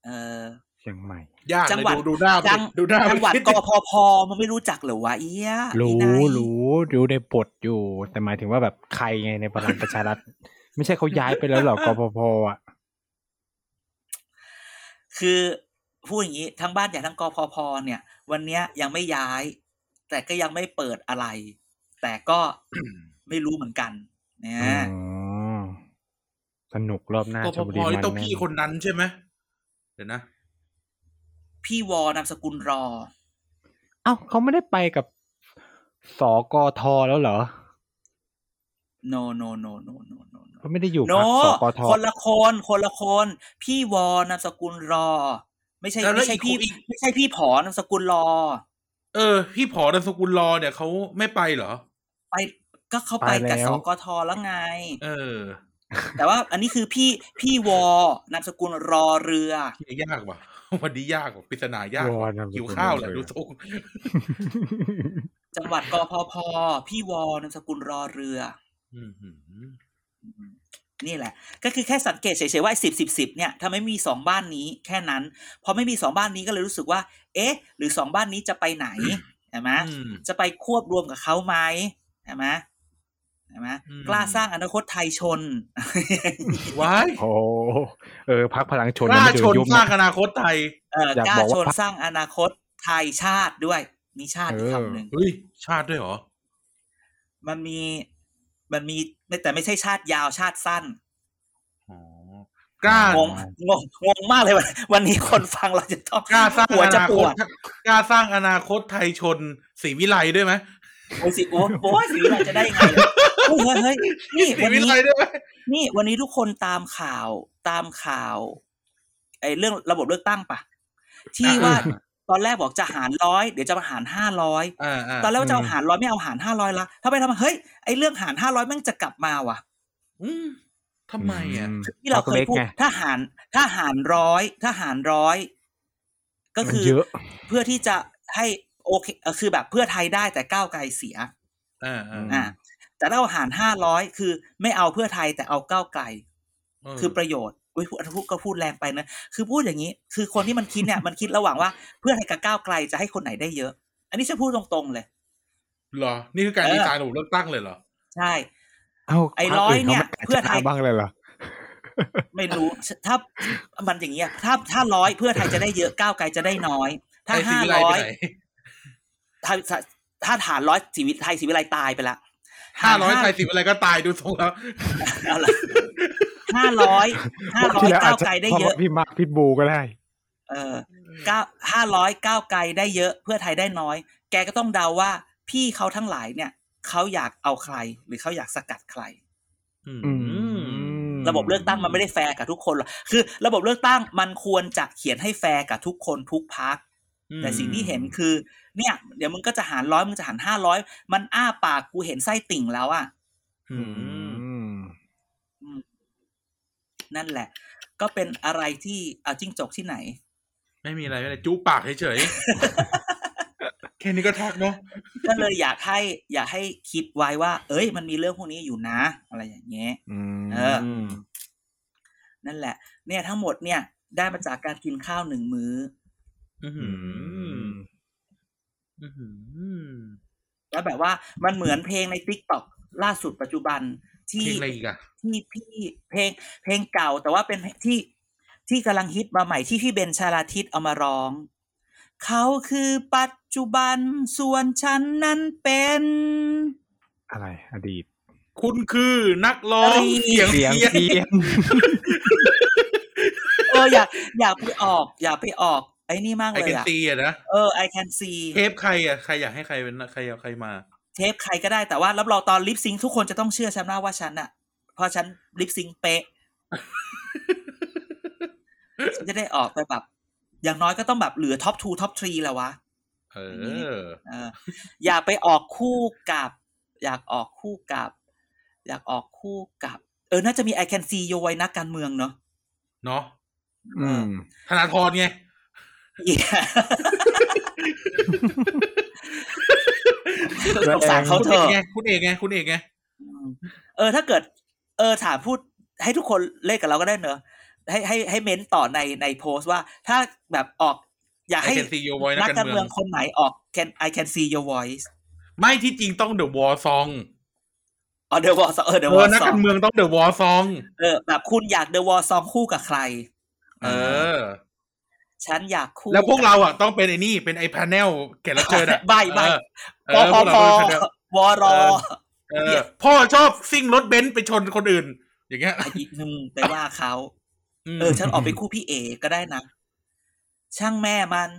[SPEAKER 4] เออ
[SPEAKER 3] เชียงใหม่
[SPEAKER 2] ยาก
[SPEAKER 4] จัง
[SPEAKER 2] เลย
[SPEAKER 4] หวัด
[SPEAKER 2] ดูดูหน้ามัน
[SPEAKER 4] จัง
[SPEAKER 2] ดิดูหน้ามัน
[SPEAKER 4] จังหวัด
[SPEAKER 2] คิ
[SPEAKER 4] ก
[SPEAKER 2] ดิ
[SPEAKER 4] พพมันไม่รู้จักเหรอวะเอี้ย
[SPEAKER 3] รู้
[SPEAKER 4] อีนาย
[SPEAKER 3] รู้รู้ในบทอยู่ แต่หมายถึงว่าแบบใครไงในพลังประชารัฐ ไม่ใช่เขาย้ายไปแล้วห รอกกพพอ่ะ
[SPEAKER 4] คือพูดอย่างนี้ทั้งบ้านใหญ่ทั้งกพพเนี่ย วันเนี้ยยังไม่ย้าย แต่ก็ยังไม่เปิดอะไร แต่ก็ ไม่รู้เหมือนกันนะ
[SPEAKER 3] อ๋อ สนุกรอบหน้าก ช
[SPEAKER 2] พ
[SPEAKER 3] มบุ
[SPEAKER 2] พ
[SPEAKER 3] รีมัน
[SPEAKER 2] นี่ต้อง
[SPEAKER 3] แน่
[SPEAKER 2] พี่คนนั้นใช่ไหมเดี๋ยวนะ
[SPEAKER 4] พี่วอนามสกุลรอ
[SPEAKER 3] เอ้าเขาไม่ได้ไปกับสกทแล้วเหรอ
[SPEAKER 4] no no no no no no no
[SPEAKER 3] เขาไม่ได้อยู่
[SPEAKER 4] โน
[SPEAKER 3] พรรคสกท
[SPEAKER 4] คนละคนคนละคน พี่วอนามสกุลรอ ไม่ใช่
[SPEAKER 2] แล้วแล้ว
[SPEAKER 4] ไม่ใช่
[SPEAKER 2] อีก
[SPEAKER 4] พี่
[SPEAKER 2] อีก
[SPEAKER 4] ไม่ใช่พี่ผอนามสกุลรอ
[SPEAKER 2] เออ พี่ผอนามสกุลรอเนี่ยเขาไม่ไปเหรอ
[SPEAKER 4] ไปก็เข้าไปกับสกทแล้วไง
[SPEAKER 2] เออ
[SPEAKER 4] แต่ว่าอันนี้คือพี่พี่วอนามสกุลรอเรือ
[SPEAKER 2] นี่ยากว่ะ วันนี้ยากว่ะปริศนายาก
[SPEAKER 3] วอ
[SPEAKER 2] ว่ะ
[SPEAKER 3] นมสล
[SPEAKER 2] หิวข้าวแหละ
[SPEAKER 3] ย
[SPEAKER 2] ดูทรง
[SPEAKER 4] จังหวัดกพพพี่วอนามสกุลรอเรือ
[SPEAKER 2] อืมหืม
[SPEAKER 4] นี่แหละ ก็คือแค่สังเกตเฉยๆว่าสิบสิบสิบเนี่ยถ้าไม่มีสองบ้านนี้แค่นั้นพอไม่มีสองบ้านนี้ก็เลยรู้สึกว่า เอ๊ะ หรือสองบ้านนี้จะไปไหนใช่ไหม
[SPEAKER 2] อืม
[SPEAKER 4] จะไปควบรวมกับเขาไหมใช่ไหมใช่ไหม
[SPEAKER 2] อืม
[SPEAKER 4] กล้าสร้างอนาคตไทยชน
[SPEAKER 2] ว้าย
[SPEAKER 3] โอ้เออพักพลังชน
[SPEAKER 2] กล้า
[SPEAKER 3] ไม่ได้
[SPEAKER 2] ชน
[SPEAKER 3] ยุบ
[SPEAKER 2] สร้าง
[SPEAKER 3] นะ
[SPEAKER 2] อนาคตไทย
[SPEAKER 4] เออ
[SPEAKER 3] อยาก
[SPEAKER 4] กล้า
[SPEAKER 3] บอกว่า
[SPEAKER 4] ชนสร้างอนาคตไทยชาติด้วย มีชาติอีกคำหนึ่ง
[SPEAKER 2] เฮ้ย ชาติด้วยเหรอ
[SPEAKER 4] มันมีมันมีแต่ไม่ใช่ชาติยาวชาติสั้น
[SPEAKER 2] อ๋อ กล้า
[SPEAKER 4] งงงงงงมากเลยวันวันนี้คนฟังเราจะต้อง
[SPEAKER 2] กล้าสร้าง
[SPEAKER 4] หัว
[SPEAKER 2] อ
[SPEAKER 4] จะ
[SPEAKER 2] นา
[SPEAKER 4] ป
[SPEAKER 2] คว ต
[SPEAKER 4] ด
[SPEAKER 2] กล้าสร้างอนาคตไทยชนศรีวิไลด้วยไหม
[SPEAKER 4] โอ้ยสิโอ้โอ้ยสิวิไลจะได้ยังไงเนี่ยเฮ้ยเฮ้ยเฮ้ยนี่
[SPEAKER 2] ศรี
[SPEAKER 4] วัน
[SPEAKER 2] วิ
[SPEAKER 4] นี้
[SPEAKER 2] ไลด้วยไหม
[SPEAKER 4] นี่วันนี้ทุกคนตามข่าวตามข่าวไอ้เรื่องระบบเลือกตั้งปะที่ว่า
[SPEAKER 3] อ่า
[SPEAKER 4] ตอนแรกบอกจะหารร้อยเดี๋ยวจะมาหารห้าร้อย
[SPEAKER 2] อ่าอ่า
[SPEAKER 4] ตอนแรกว่าจะเอาหารร้อยไม่เอาหารห้าร้อยละถ้าไปทำไมเฮ้ยไอ้เรื่องหารห้าร้อยแม่งจะกลับมาว่ะ
[SPEAKER 2] อืมทำไมอ่ะ
[SPEAKER 4] ที่เราเคยพูด
[SPEAKER 3] พักล็กไง
[SPEAKER 4] ถ้าหารถ้าหารร้อยถ้าหารร้อยก็คือ
[SPEAKER 3] มันเยอะ
[SPEAKER 4] เพื่อที่จะให้โอเคเอ่อคือแบบเพื่อไทยได้แต่ก้าวไกลเสีย
[SPEAKER 2] อ่าอ่า
[SPEAKER 3] อืม
[SPEAKER 4] อ่าแต่ถ้าเอาหารห้าร้อยคือ ไม่เอาเพื่อไทยแต่เอาก้าวไกล
[SPEAKER 2] เออ
[SPEAKER 4] คือประโยชน์อุ้ยพูดพูดก็พูดแรงไปนะ คือพูดอย่างนี้ คือคนที่มันคิดเนี่ย มันคิดระหว่างว่าเพื่อไทยกับก้าวไกลจะให้คนไหนได้เยอะ อันนี้จะพูดตรงๆเลย
[SPEAKER 2] เหรอ นี่คือการ
[SPEAKER 4] เออ
[SPEAKER 2] ดีไซน์ระบบเลือกตั้งเลยเหรอ
[SPEAKER 4] ใช่
[SPEAKER 3] เอ้า
[SPEAKER 4] ไอ้
[SPEAKER 3] พค
[SPEAKER 4] ร้อย
[SPEAKER 3] ขา
[SPEAKER 4] เนี่ย
[SPEAKER 3] ไม่กล้า
[SPEAKER 4] เพื่อไทย
[SPEAKER 3] จะบ้างเลยเหรอ
[SPEAKER 4] ไม่รู้ ถ้ามันอย่างเงี้ย ถ้าถ้าร้อยเพื่อไทยจะได้เยอะก้าวไกลจะได้น้อย ถ้า
[SPEAKER 2] ไอ้ศรี
[SPEAKER 4] ห้า
[SPEAKER 2] วิไล
[SPEAKER 4] ร้
[SPEAKER 2] ไป
[SPEAKER 4] อย
[SPEAKER 2] ไหน
[SPEAKER 4] ถ้าถ้าฐานร้อยสีวิไทยสีวิไลตายไปละ
[SPEAKER 2] ห้าร้อยไทยศรีวิไลก็ตายดูทรงแล้ว
[SPEAKER 4] เอาละห้าร้ อยห้าร้อ
[SPEAKER 3] ที่
[SPEAKER 4] ย
[SPEAKER 3] แล้วอา
[SPEAKER 4] ก้า
[SPEAKER 3] จ
[SPEAKER 4] ว
[SPEAKER 3] จะ
[SPEAKER 4] ไกลได้
[SPEAKER 3] เพราะ
[SPEAKER 4] เย
[SPEAKER 3] ว่า
[SPEAKER 4] อะ
[SPEAKER 3] พี่มาร์คพิทบูก็ได้
[SPEAKER 4] เออเก้าห้าร้อยก้าวไกลได้เยอะเพื่อไทยได้น้อย แกก็ต้องเดาว่า พี่เขาทั้งหลายเนี่ยเขาอยากเอาใคร หรือเขาอยากสกัดใคร
[SPEAKER 2] อืม
[SPEAKER 3] อืม
[SPEAKER 4] ระบบเลือกตั้งมันไม่ได้แฟร์กับทุกคนหรอกคือ ระบบเลือกตั้งมันควรจะเขียนให้แฟร์กับทุกคนทุกพัก แต่สิ่งที่เห็นคือ เนี่ย เดี๋ยวมึงก็จะหารร้อยมึงจะหารห้าร้อยมันอ้าปากกูเห็นไส้ติ่งแล้วอ่ะ
[SPEAKER 2] อืม
[SPEAKER 4] นั่นแหละ ก็เป็นอะไรที่เอาจิ้งจกที่ไหน
[SPEAKER 2] ไม่มีอะไรไม่มีอะไรจูปากเฉยๆ แค่นี้ก็ทักเนาะ
[SPEAKER 4] ก็เลยอยากให้อยากให้คิดไว้ว่า เอ้ย มันมีเรื่องพวกนี้อยู่นะ อะไรอย่างเงี้ย
[SPEAKER 3] อืม
[SPEAKER 4] เออ นั่นแหละ เนี่ยทั้งหมดเนี่ยได้มาจากการกินข้าวหนึ่งมื้อ
[SPEAKER 2] อื้อหืออื้อหือ
[SPEAKER 4] แล้วแบบว่ามันเหมือนเพลงในติ๊กต็อกล่าสุดปัจจุบันที่
[SPEAKER 2] เพลงอะไรอีกอะ
[SPEAKER 4] ที่พี่เพลงเพลงเก่า แต่ว่าเป็นเพลงที่ที่กำลังฮิตมาใหม่ที่พี่เบนชาลาทิตเอามาร้อง เขาคือปัจจุบันส่วนฉันนั้นเป็น
[SPEAKER 3] อะไร อดีต
[SPEAKER 2] คุณคือนักร้อง
[SPEAKER 4] เอ้ย
[SPEAKER 2] เสียง
[SPEAKER 3] เสียง
[SPEAKER 2] เพี้ยน
[SPEAKER 3] เพี้ยน
[SPEAKER 4] เอออยากอยากไปออก อยากไปออก ไอ้นี่มาก
[SPEAKER 2] ไอเก
[SPEAKER 4] เล
[SPEAKER 2] น
[SPEAKER 4] ยอะ
[SPEAKER 2] ตีอะนะ
[SPEAKER 4] เออ I can see
[SPEAKER 2] เทปใครอะใครอยากให้ใครเป็นใครเอาใครมา
[SPEAKER 4] เทปใครก็ได้แต่ว่ารับรองตอนลิปซิงทุกคนจะต้องเชื่อฉันนะว่าฉันอะเพราะฉันลิปซิงเป๊ะ ฉันจะได้ออกไปแบบ อย่างน้อยก็ต้องแบบเหลือท็อปทูท็อปทรีแล้ววะ
[SPEAKER 2] เออ
[SPEAKER 4] เอออยากไปออกคู่กับ อยากออกคู่กับ อยากออกคู่กับ เออ น่าจะมี I can see โยไว้นักการเมืองเนาะ
[SPEAKER 2] เนาะ
[SPEAKER 3] อืม
[SPEAKER 2] ธนาธรไง
[SPEAKER 4] Yeah สงสารเขา
[SPEAKER 2] คุณ
[SPEAKER 4] เถ
[SPEAKER 2] เอก
[SPEAKER 4] อะ
[SPEAKER 2] ไงคุณเอกไงคุณเอกไง
[SPEAKER 4] เออ ถ้าเกิด เออ ถามพูดให้ทุกคนเล่นกับเราก็ได้เนอะให้ให้ให้เม้นต์ต่อในในโพสต์ว่า ถ้าแบบออก อยาก
[SPEAKER 2] ไอ
[SPEAKER 4] ให้
[SPEAKER 2] เคนซีโยไว้นั
[SPEAKER 4] นั
[SPEAKER 2] ก
[SPEAKER 4] ก
[SPEAKER 2] กา
[SPEAKER 4] การ ร
[SPEAKER 2] เมื
[SPEAKER 4] เมื
[SPEAKER 2] อ
[SPEAKER 4] อง งคนไหนออก can I can see your voice
[SPEAKER 2] ไม่ที่จริงต้องเดอะวอ s ซอง
[SPEAKER 4] อ๋อ the wall song เออ
[SPEAKER 2] เอ
[SPEAKER 4] the
[SPEAKER 2] อ
[SPEAKER 4] wall
[SPEAKER 2] นัก
[SPEAKER 4] song
[SPEAKER 2] การเมืองต้องเดอะวอ s ซอง
[SPEAKER 4] เออ แบบคุณอยาก the wall song คู่กับใคร
[SPEAKER 2] เออ
[SPEAKER 4] ฉันอยากคู่
[SPEAKER 2] แล้วพวกเราอ่ะต้องเป็นไอ้นี่ เป็นไอ้พาเนลแขกรับเชิญ อ่ะ
[SPEAKER 4] ใบใบ
[SPEAKER 2] เอ
[SPEAKER 4] ป
[SPEAKER 2] อ
[SPEAKER 4] พ
[SPEAKER 2] เออพวก
[SPEAKER 4] พ
[SPEAKER 2] เราต้องเป็น panel
[SPEAKER 4] วรอ
[SPEAKER 2] เออพ่อชอบซิ่งรถเบนซ์ไปชนคนอื่น อย่างเงี้ย
[SPEAKER 4] ไอ้อีกหนึ่งไปว่าเขา
[SPEAKER 2] ม
[SPEAKER 4] เออ ฉันออกไปคู่พี่เอก็ได้นะ ช่างแม่มัน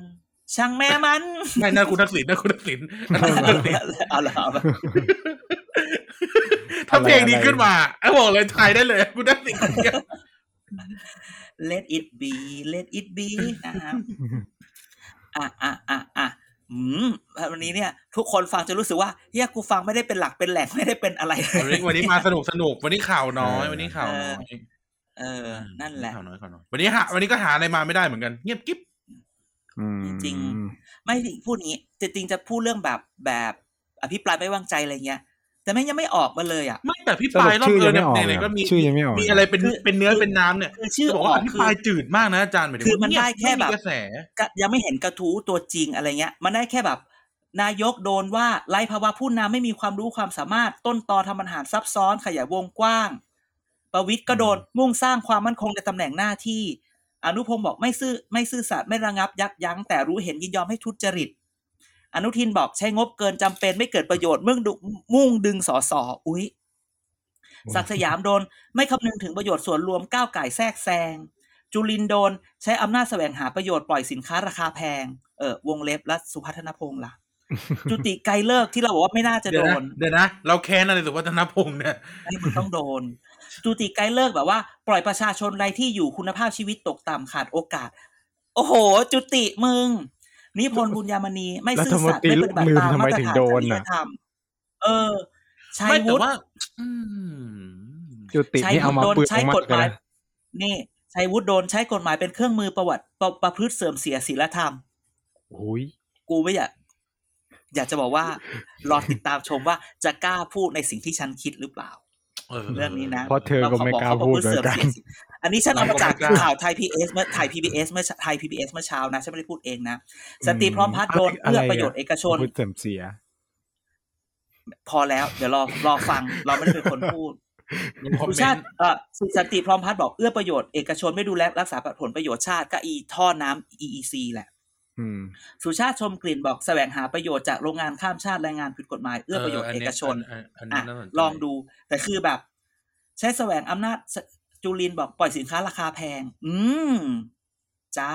[SPEAKER 4] ช่างแม่ มัน
[SPEAKER 2] ไม่น่าคุณทักษิณน่าคุณทัก ษิณน่าคุณทักษิณ
[SPEAKER 4] เอาละเอาละ
[SPEAKER 2] ถ้าเพลงนี้ขึ้นมาไอ้บอกเลยถ่ายได้เลย คุณทัก ษิณคนเดียว
[SPEAKER 4] let it be let it be นะครับอ่ะอ่ะอ่ะอ่ะอืมวันนี้เนี่ย ทุกคนฟังจะรู้สึกว่าเฮียกูฟังไม่ได้เป็นหลักเป็นแหล่งไม่ได้เป็นอะไรเล
[SPEAKER 2] วัน
[SPEAKER 4] ย
[SPEAKER 2] นี้วันนี้มาสนุกสนุกวันนี้ข่าวน้อย วันนี้ข่าวน้อย
[SPEAKER 4] เออ นั่นแหละ
[SPEAKER 2] ข่าวน้อยข่าวน้อยวันนี้หาวันนี้ก็หาอะไรมาไม่ได้เหมือนกันเงียบกิ๊บ
[SPEAKER 3] อืม
[SPEAKER 4] จริง ไม่พูดงี้จริงๆจะพูดเรื่องแบบแบบอภิปรายไม่วางใจอะไรเงี้ย แต่แม่งยังไม่ออกมาเลยอ่ะ
[SPEAKER 2] ไม่แต่พี่
[SPEAKER 3] ส
[SPEAKER 2] ป
[SPEAKER 3] รุ
[SPEAKER 2] ลา
[SPEAKER 3] ป
[SPEAKER 2] ยรอบ
[SPEAKER 3] ชื่อ
[SPEAKER 2] เออง
[SPEAKER 3] ยั
[SPEAKER 2] เนี่ย
[SPEAKER 3] ไม่ออก
[SPEAKER 2] ไหนๆก็มี
[SPEAKER 3] ชื่อยังไม่ออก
[SPEAKER 2] มีอะไรเป็น
[SPEAKER 4] คือ
[SPEAKER 2] เป็นเนื้อเป็นน้ำเนี่ย
[SPEAKER 4] คือชื่อ
[SPEAKER 2] จะบอก
[SPEAKER 4] อ
[SPEAKER 2] ว่า
[SPEAKER 4] อ
[SPEAKER 2] อก ภิ
[SPEAKER 4] คื
[SPEAKER 2] ป
[SPEAKER 4] อ
[SPEAKER 2] รายจืดมากนะอาจารย์หมายถึง
[SPEAKER 4] คือ
[SPEAKER 2] ว่า
[SPEAKER 4] มัน
[SPEAKER 2] เงีย
[SPEAKER 4] ได้แค่แบ
[SPEAKER 2] ม่
[SPEAKER 4] บ
[SPEAKER 2] มีกระแส
[SPEAKER 4] ก็ยังไม่เห็นกระทู้ตัวจริงอะไรเงี้ย มันได้แค่แบบ นายกโดนว่าไร้ภาวะผู้นำไม่มีความรู้ความสามารถต้นตอทำปัญหาซับซ้อนขยายวงกว้าง ประวิตยก็โดนมุ่งสร้างความมั่นคงในตำแหน่งหน้าที่ อนุพงศ์บอกไม่ซื่อไม่ซื่อสัตย์ไม่ระงับยับยั้งแต่รู้เห็นยินยอมให้ทุจริต อนุทินบอกใช้งบเกินจำเป็นไม่เกิดประโยชน์เมื่อดุมุ่งดึงสอสออุ้ย ศักดิ์สยามโดน ไม่คำนึงถึงประโยชน์ส่วนรวมก้าวไก่ายแทรกแซง จุลินโดน ใช้อำนาจแสวงหาประโยชน์ปล่อยสินค้าราคาแพง เออวงเล็บและสุพัฒนพงษ์ล่ะ จุติไกลเลิกที่เราบอกว่าไม่น่าจะ
[SPEAKER 2] เดี๋
[SPEAKER 4] โด
[SPEAKER 2] ยวนะ
[SPEAKER 4] น
[SPEAKER 2] เดี๋ยวนะเราแค้นอะไรสุวัฒนพงษ์เนี่ย
[SPEAKER 4] นี่มันต้องโดน จุติไกลเลิกแบบว่า ปล่อยประชาชนไร้ที่อยู่คุณภาพชีวิตตกต่ำขาดโอกาส โอ้โห จุติมึง นิพนธ์บุญญามณีไม่ซื่อสัตย์ไม่ปฏิบัติตามมาตรฐานจริยธรรมเออชัย
[SPEAKER 2] ไม่แต่
[SPEAKER 4] วุฒิ
[SPEAKER 2] ว่าอืม
[SPEAKER 3] จุติ
[SPEAKER 4] ใช้
[SPEAKER 3] นี่เอามา
[SPEAKER 4] โดน
[SPEAKER 3] เปลือก
[SPEAKER 4] ใช้
[SPEAKER 3] มาก
[SPEAKER 4] ฎ
[SPEAKER 3] ก
[SPEAKER 4] ห
[SPEAKER 3] เลย
[SPEAKER 4] มาย
[SPEAKER 3] นะ
[SPEAKER 4] นี่ใช้วุฒิโดนใช้กฎหมายเป็นเครื่องมือประวัติประประพฤติเสื่อมเสียศีลธรรม
[SPEAKER 3] โอ้ย
[SPEAKER 4] กูไม่อยากอยากจะบอกว่า รอติดตามชมว่าจะกล้าพูดในสิ่งที่ฉันคิดหรือเปล่า เรื่องนี้นะ
[SPEAKER 3] เพราะเธอก็ไม่กล้าพูดเหมือนกัน
[SPEAKER 4] ราขบขบคุณสื่สียสิอันนี้ฉันเอามาจากข่าวไทยพีเอสเมื่อไทยพีบีเอสเมื่อไทยพีบีเอสเมื่อเช้านะฉันไม่ได้พูดเองนะสนติพร้อมพัฒน์โดนเพื่อประโยชน์เอกชน
[SPEAKER 3] พูดเสื่อมเสีย
[SPEAKER 4] พอแล้ว เดี๋ยวรอรอฟัง เราไม่ได้เป็นคนพูด
[SPEAKER 2] คอม
[SPEAKER 4] สุ
[SPEAKER 2] เม
[SPEAKER 4] ชาน ติ
[SPEAKER 2] ต์
[SPEAKER 4] เอ่อสุสันติพร้อมพัฒน์บอกเอื้อประโยชน์เอกชนไม่ดูแลรักษาผลประโยชน์ชาติก็อีท่อน้ำ EEC แหละ
[SPEAKER 3] อืม
[SPEAKER 4] สุชาติชมกลิ่นบอกแสวงหาประโยชน์จากโรงงานข้ามชาติแรงงานผิดกฎหมายเอื้อประโยชน์เอกชน
[SPEAKER 2] อัอันนี้
[SPEAKER 4] อ่ะ
[SPEAKER 2] น่าสนใจ
[SPEAKER 4] ลองดู แต่คือแบบ ใช้แสวงอำนาจจุลินบอกปล่อยสินค้าราคาแพง อืม จ้า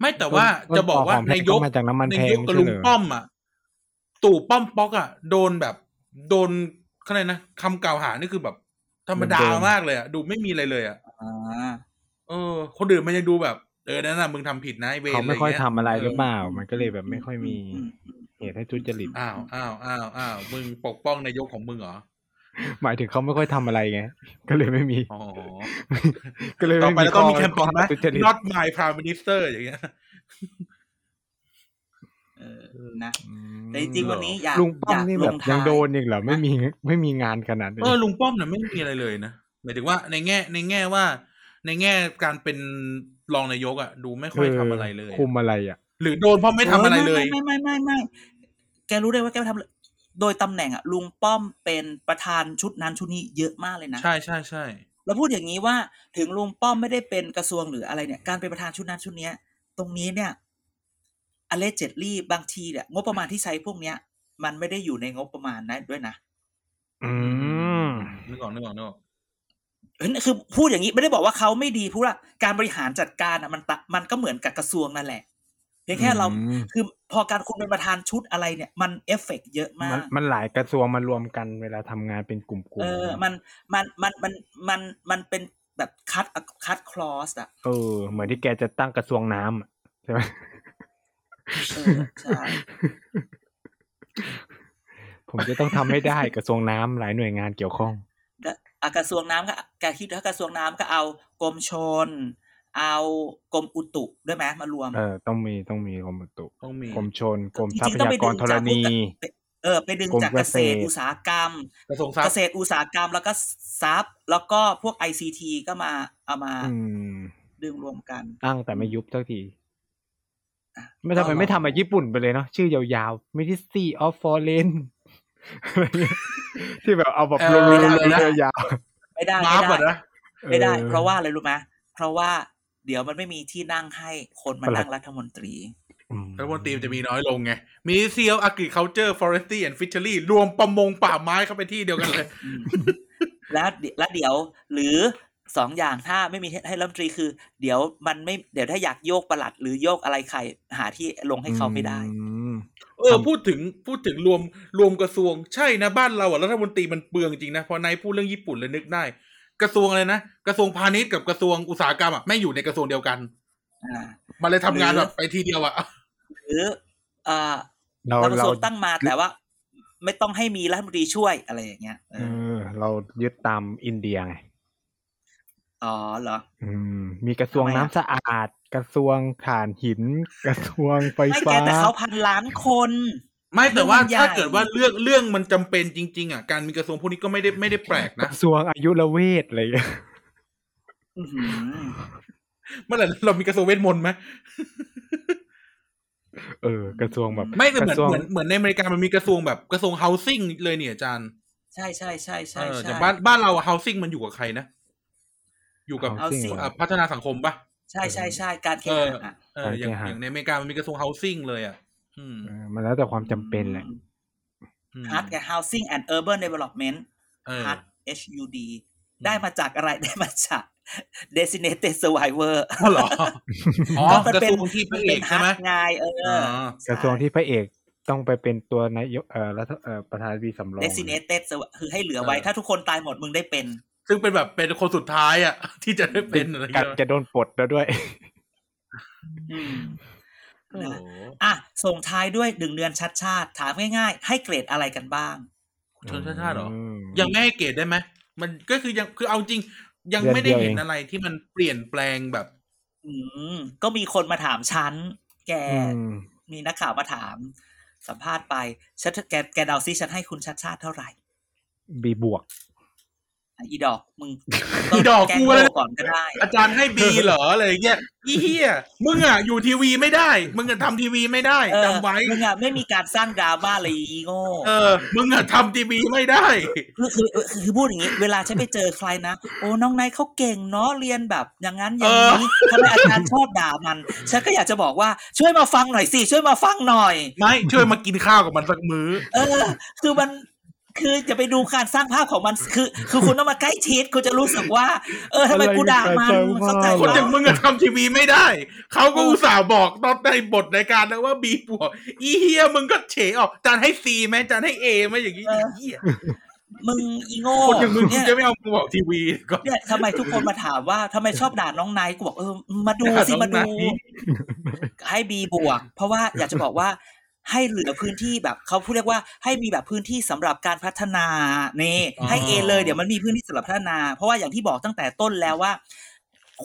[SPEAKER 2] ไม่แต่ว่า
[SPEAKER 3] ต้น
[SPEAKER 2] จะบอกว่า
[SPEAKER 3] ต้นต่อของ
[SPEAKER 2] นายก
[SPEAKER 3] แพงก็มาจากน้ำมันแพง
[SPEAKER 2] ยกกับลุง
[SPEAKER 3] ไม่ใช่เหรอ
[SPEAKER 2] ป้อมอ่ะตู่ป้อมป๊อกอ่ะโดนแบบ โดนเขาเรียกนะคำกล่าวหานี่คือแบบ ธรรมดามากเลยอ่ะดูไม่มีอะไรเลยอ่ะ
[SPEAKER 4] อ่า
[SPEAKER 2] เออ คนอื่นมันยังดูแบบ เออนั่นน่ะมึงทำผิดนะไอ้เวร
[SPEAKER 3] เขาไม่ค่อยทำอะไรหรือเป
[SPEAKER 2] มา
[SPEAKER 3] ล่า มันก็เลยแบบไม่ค่อยมีเหตุให้ทุจริต
[SPEAKER 2] อ้าวอ้าวอ้าวอ้าวมึงปกป้องนายกของมึงเหรอ
[SPEAKER 3] หมายถึงเขาไม่ค่อยทำอะไรไง ก็เลยไม่มี
[SPEAKER 2] อ๋อ
[SPEAKER 3] ก็เลย
[SPEAKER 2] ต่อ
[SPEAKER 3] ไม่
[SPEAKER 2] ไปเราต้องมีแคมเปญไหม
[SPEAKER 3] ทุจริต
[SPEAKER 2] not my prime minister อย่างเงี้ย
[SPEAKER 4] เออนะ แต่จริงๆวันนี้อยาก
[SPEAKER 3] ลุงป้อ
[SPEAKER 4] อ
[SPEAKER 3] ม
[SPEAKER 4] ยาก
[SPEAKER 3] นี่
[SPEAKER 4] ล
[SPEAKER 3] แบบ
[SPEAKER 4] ง
[SPEAKER 3] ยั
[SPEAKER 4] ท้าง ย
[SPEAKER 3] โดนอีกเหรอไม่มีไม่มีงานขนาดนี้
[SPEAKER 2] เออลุงป้อมเนี่ยไม่มีอะไรเลยนะหมายถึงว่าในแง่ในแง่ว่า ในแง่การเป็นรองนายกอ่ะ ดูไม่ค่อยทำอะไรเลยอะ
[SPEAKER 3] คุมอะไรอ่ะ
[SPEAKER 2] หรือโดนเพราะไม่ทำอะไรเลย
[SPEAKER 4] ไม่ไม่ไม่ไม่ไม่แกรู้ได้ว่าแกไม่ทำเลยโดยตำแหน่งอะลุงป้อมเป็นประธานชุดนั้นชุดนี้เยอะมากเลยนะ
[SPEAKER 2] ใช่ใช่ใช่
[SPEAKER 4] แล้วพูดอย่างนี้ว่าถึงลุงป้อมไม่ได้เป็นกระทรวงหรืออะไรเนี่ย การเป็นประธานชุดนั้นชุดเนี้ย ตรงนี้เนี่ยอเลเจดลี่บางทีเนี่ยงบประมาณที่ใช้พวกเนี้ย มันไม่ได้อยู่ในงบประมาณนะด้วยนะ
[SPEAKER 3] อืม
[SPEAKER 2] นึกออกนึกออกนึกออก
[SPEAKER 4] เห็นคือพูดอย่างนี้ไม่ได้บอกว่าเขาไม่ดีเพราะว่าการบริหารจัดการอะมันตะมันก็เหมือนกับกระทรวงนั่นแหละเพียงแค่เรา
[SPEAKER 3] อืม
[SPEAKER 4] คือพอการคุณเป็นประธานชุดอะไรเนี่ย มันเอฟเฟกต์เยอะมาก
[SPEAKER 3] มันมันหลายกระทรวงมารวมกันเวลาทำงานเป็นกลุ่มๆ
[SPEAKER 4] เออ มัน มัน มัน มัน มัน มันเป็นแบบคัดคัดคลอสอะ
[SPEAKER 3] เออ เหมือนที่แกจะตั้งกระทรวงน้ำอะใช่ไหม
[SPEAKER 4] เออใช่
[SPEAKER 3] ผมจะต้องทำให้ได้กระทรวงน้ำหลายหน่วยงานเกี่ยวข้อง
[SPEAKER 4] อ่ะกระทรวงน้ำก็แกคิดว่ากระทรวงน้ำก็เอากรมชน เอากรมอุตุด้วยไหมมารวม
[SPEAKER 3] เออต้องมีต้องมีกรมอุตุ
[SPEAKER 2] ต้องมี
[SPEAKER 3] กรมชนกรมท
[SPEAKER 4] จ
[SPEAKER 3] รั
[SPEAKER 4] ง
[SPEAKER 3] พ
[SPEAKER 4] ๆต้อง
[SPEAKER 3] ยา
[SPEAKER 4] ไป
[SPEAKER 3] กร
[SPEAKER 4] ดึ
[SPEAKER 3] ง ธรณี
[SPEAKER 4] เออไปดึง
[SPEAKER 3] กรม
[SPEAKER 4] จาก
[SPEAKER 3] เก
[SPEAKER 4] เก
[SPEAKER 3] ษ
[SPEAKER 4] ษ
[SPEAKER 3] ต
[SPEAKER 4] ต
[SPEAKER 3] ร
[SPEAKER 4] รอุตสาหกรรม
[SPEAKER 2] กระทรวงทรัพ
[SPEAKER 4] เก
[SPEAKER 2] ย์
[SPEAKER 4] ษตรอุตสาหกรรมแล้วก็ทรัพย์แล้วก็พวกไอซีทีก็มาเอามา
[SPEAKER 3] อืม
[SPEAKER 4] ดึงรวมกัน
[SPEAKER 3] อ้างแต่ไม่ยุบสักที
[SPEAKER 4] อ่ะ
[SPEAKER 3] ไม่ทำไมไม่ทำมาญี่ปุ่นไปเลยเนาะชื่อยาวๆ Ministry of Foreign อะไรเงี้ยที่แบบเอาแบบ
[SPEAKER 2] เอ่
[SPEAKER 3] รว
[SPEAKER 2] อ
[SPEAKER 3] มๆ
[SPEAKER 2] เดี๋ยวนะ
[SPEAKER 3] เลยยาว
[SPEAKER 4] ไม่ได้
[SPEAKER 2] มา
[SPEAKER 4] ไม่
[SPEAKER 2] ร์ฟ
[SPEAKER 4] ได้
[SPEAKER 2] อะนะ
[SPEAKER 3] ๆ
[SPEAKER 4] ไม่ได้
[SPEAKER 3] ออ
[SPEAKER 4] เพราะว่าอะไรรู้ไหมเพราะว่าเดี๋ยวมันไม่มีที่นั่งให้คนมา
[SPEAKER 3] ประหลัด
[SPEAKER 4] นั่งรัฐมนตรี
[SPEAKER 3] อืม
[SPEAKER 2] รัฐมนตรีมันจะมีน้อยลงไง มีเซียวอ r ก c u เคาเจอร์ฟอเรสตี้แอนด์ฟิชเชอรี่รวมประมงป่าไม้เข้าไปที่เดียวกันเลย
[SPEAKER 4] อืมแล้วเดี๋ยวแล้วเดี๋ยว หรือสองอย่างถ้าไม่มีให้รัฐมนตรีคือ เดี๋ยวมันไม่เดี๋ยวถ้าอยากโยกประหลัด หรือโยกอะไรใครหาที่ลงให้เขาไม่ได้
[SPEAKER 3] อืม
[SPEAKER 2] เออ
[SPEAKER 3] ทำ
[SPEAKER 2] พูดถึงพูดถึงรวมรวมกระทรวงใช่นะบ้านเราอะรัฐมนตรีมันเปลืองจริงนะพอนายพูดเรื่องญี่ปุ่นเลยนึกได้ กระทรวงอะไรนะกระทรวงพาณิชย์กับกระทรวงอุตสาหกรรมอะไม่งอยู่ในกระทรวงเดียวกัน
[SPEAKER 4] อ่า
[SPEAKER 2] มันเลยทำงาน
[SPEAKER 4] หรือ
[SPEAKER 2] แบบไปทีเดียวอะ
[SPEAKER 4] หรือเอ่อ
[SPEAKER 3] เรา
[SPEAKER 4] บางกระ
[SPEAKER 3] เรา
[SPEAKER 4] ทรวงตั้งมาแต่ว่า ไม่ต้องให้มีรัฐมนตรีช่วยอะไรอย่างเงี้ยเอ
[SPEAKER 3] เอ
[SPEAKER 4] อ
[SPEAKER 3] อเรายึดตามอินเดียไง
[SPEAKER 4] อ๋อเหรอ
[SPEAKER 3] อืม มีกระทรวง
[SPEAKER 4] ทำไมอะ
[SPEAKER 3] น้ำสะอาด กระทรวงถ่านหิน กระทรวงไฟ
[SPEAKER 4] ไม่แก
[SPEAKER 3] ฟ้า
[SPEAKER 4] แต่เขาพันล้านคน
[SPEAKER 2] ไม่แต่ว่า
[SPEAKER 4] เรื่องมันใหญ่
[SPEAKER 2] ถ้าเกิดว่าเรื่องเรื่องมันจำเป็นจริง ๆอะการมีกระทรวงพวกนี้ก็ไม่ได้ไม่ได้แปลก
[SPEAKER 3] ก
[SPEAKER 2] นะ
[SPEAKER 3] ระทรวงอายุรเวทอะไรอย่างเงี้ย
[SPEAKER 4] อื้อหือ
[SPEAKER 2] เมื่อไหร่เรามีกระทรวงเวทมนต์ไหม
[SPEAKER 3] เออกระทรวงแบบ
[SPEAKER 2] ไม่แต่เหมือก น
[SPEAKER 3] ระทรวง
[SPEAKER 2] เหมือนเหมือนในอเมริกามันมีกระทรวงแบบกระทรวง housing เลยเนี่ยอาจารย์
[SPEAKER 4] ใช่ใช่ใช่
[SPEAKER 2] เอ
[SPEAKER 4] ใช่
[SPEAKER 2] อ
[SPEAKER 4] ใช่
[SPEAKER 2] แต่บ้านบ้านเราอะ housing มันอยู่กับใครนะอยู่กับ
[SPEAKER 3] เอาสิ
[SPEAKER 2] เอ่อพัฒนาสังคมปะ
[SPEAKER 4] ใช่ใช่ใช่การเค
[SPEAKER 2] เออ
[SPEAKER 4] หะอะ
[SPEAKER 2] เอออย่าง
[SPEAKER 3] การเคหะ
[SPEAKER 2] อย่างในอเมริกามันมีกระทรวง housing เลยอ่ะ อืม
[SPEAKER 3] เออมันแล้วแต่ความจำเป็นแหละ
[SPEAKER 2] อืม
[SPEAKER 4] ฮัทกับ housing and urban development
[SPEAKER 2] เออ
[SPEAKER 4] ฮัท HUD ได้มาจากอะไรได้มาจาก designated survivor
[SPEAKER 2] อ๋อเหรอ อ๋ อ
[SPEAKER 4] มัน
[SPEAKER 2] กระ
[SPEAKER 4] เป็น
[SPEAKER 2] ทรวงที่พระ เอกใช่ไหม
[SPEAKER 4] น HUD ไงายเอ
[SPEAKER 2] อ๋
[SPEAKER 4] อ
[SPEAKER 2] อ
[SPEAKER 3] กระทรวงที่พระเอกต้องไปเป็นตัวนายกเอ่อรัฐเอ่อประธานาธิบดีสำรอง
[SPEAKER 4] ใช่ designated survivor คือให้เหลือไว้
[SPEAKER 2] เออ
[SPEAKER 4] ถ้าทุกคนตายหมดมึงได้เป็น
[SPEAKER 2] ซึ่งเป็นแบบเป็นคนสุดท้ายอ่ะ ที่จะได้เป็นอะไร
[SPEAKER 3] กั
[SPEAKER 2] เงี้
[SPEAKER 3] ด
[SPEAKER 2] ย
[SPEAKER 3] จะโดนปลดแล้วด้วย
[SPEAKER 4] อืม
[SPEAKER 2] โอ้
[SPEAKER 4] นะ
[SPEAKER 2] โห
[SPEAKER 4] อ่ะส่งท้ายด้วยหนึ่งเดือนชัดชาติ ถามง่ายๆ ให้เกรดอะไรกันบ้าง
[SPEAKER 2] ชนชาติชาติเหรอ
[SPEAKER 3] ม
[SPEAKER 2] ยังไม่ให้เกรดได้ไหม มันก็คือยังคือเอาจริง ยัง
[SPEAKER 3] เดือน
[SPEAKER 2] ไม่ได้
[SPEAKER 3] เดียว
[SPEAKER 2] เห็น
[SPEAKER 3] เอง
[SPEAKER 2] อะไรที่มันเปลี่ยนแปลงแบบ
[SPEAKER 4] อืมก็มีคนมาถามฉัน แก
[SPEAKER 3] อืม
[SPEAKER 4] มีนักข่าวมาถาม สัมภาษณ์ไปฉันแกแกเดาซิฉันให้คุณชัดชาติเท่าไหร่
[SPEAKER 3] บีบวก
[SPEAKER 4] อ่ะอีดอกมึง
[SPEAKER 2] อีดอก
[SPEAKER 4] แก
[SPEAKER 2] กู
[SPEAKER 4] โง่
[SPEAKER 2] เลย
[SPEAKER 4] ก่อนก็ได้
[SPEAKER 2] อาจารย์ให้บีเหรออะไรเงี้ยอีเหี้ยมึงอ่ะอยู่ทีวีไม่ได้ มึงอ่ะทำทีวีไม่ได้
[SPEAKER 4] เออ
[SPEAKER 2] จำไว้
[SPEAKER 4] มึงอ่ะไม่มีการสร้างดราม่าเลยอีโง่
[SPEAKER 2] เออ มึงอ่ะทำทีวีไม่ได้
[SPEAKER 4] คือคือคือคือพูดอย่างนี้ เวลาฉันไปเจอใครนะ โอ้น้องนายเขาเก่งเนาะเรียนแบบ อย่างนั้นอย่างนี้ทำไมอาจารย์ชอบด่ามัน ฉันก็อยากจะบอกว่าช่วยมาฟังหน่อยสิช่วยมาฟังหน่อย
[SPEAKER 2] ไม่ช่วยมากินข้าวกับมันสักมื้อ
[SPEAKER 4] เออ คือมันคือจะไปดูการสร้างภาพของมันคือ คือคุณต้องมาใกล้ชิดคุณจะรู้สึกว่า เออทำไมกูด่ามัน
[SPEAKER 3] อะไรกัน
[SPEAKER 4] เข้าใจ
[SPEAKER 3] ไป
[SPEAKER 2] คนอ
[SPEAKER 3] เจ
[SPEAKER 2] ย่างมึงอะทำทีวีไม่ได้ เขาก็อุตส่าห์บอกตอนในบทรายการนะว่าบีบวกอีเฮียมึงก็เฉออกจานให้ซีไหมจานให้เอไหมอย่างนี้ไอ้เฮีย
[SPEAKER 4] มึงอีโง่
[SPEAKER 2] คนอย่างมึง
[SPEAKER 4] เนี่ย
[SPEAKER 2] จะไม่เอากูบอกทีวีก็
[SPEAKER 4] เนี่ยทำไมทุกคนมาถามว่าทำไมชอบด่าน้องไนท์กูบอกเออมาดูสิมา ดู ให้บีบวก เพราะว่าอยากจะบอกว่า ให้เหลือพื้นที่แบบเขาพูดเรียกว่าให้มีแบบพื้นที่สำหรับการพัฒนานี่ให้เอเลยเดี๋ยวมันมีพื้นที่สำหรับพัฒนา เพราะว่าอย่างที่บอกตั้งแต่ต้นแล้วว่า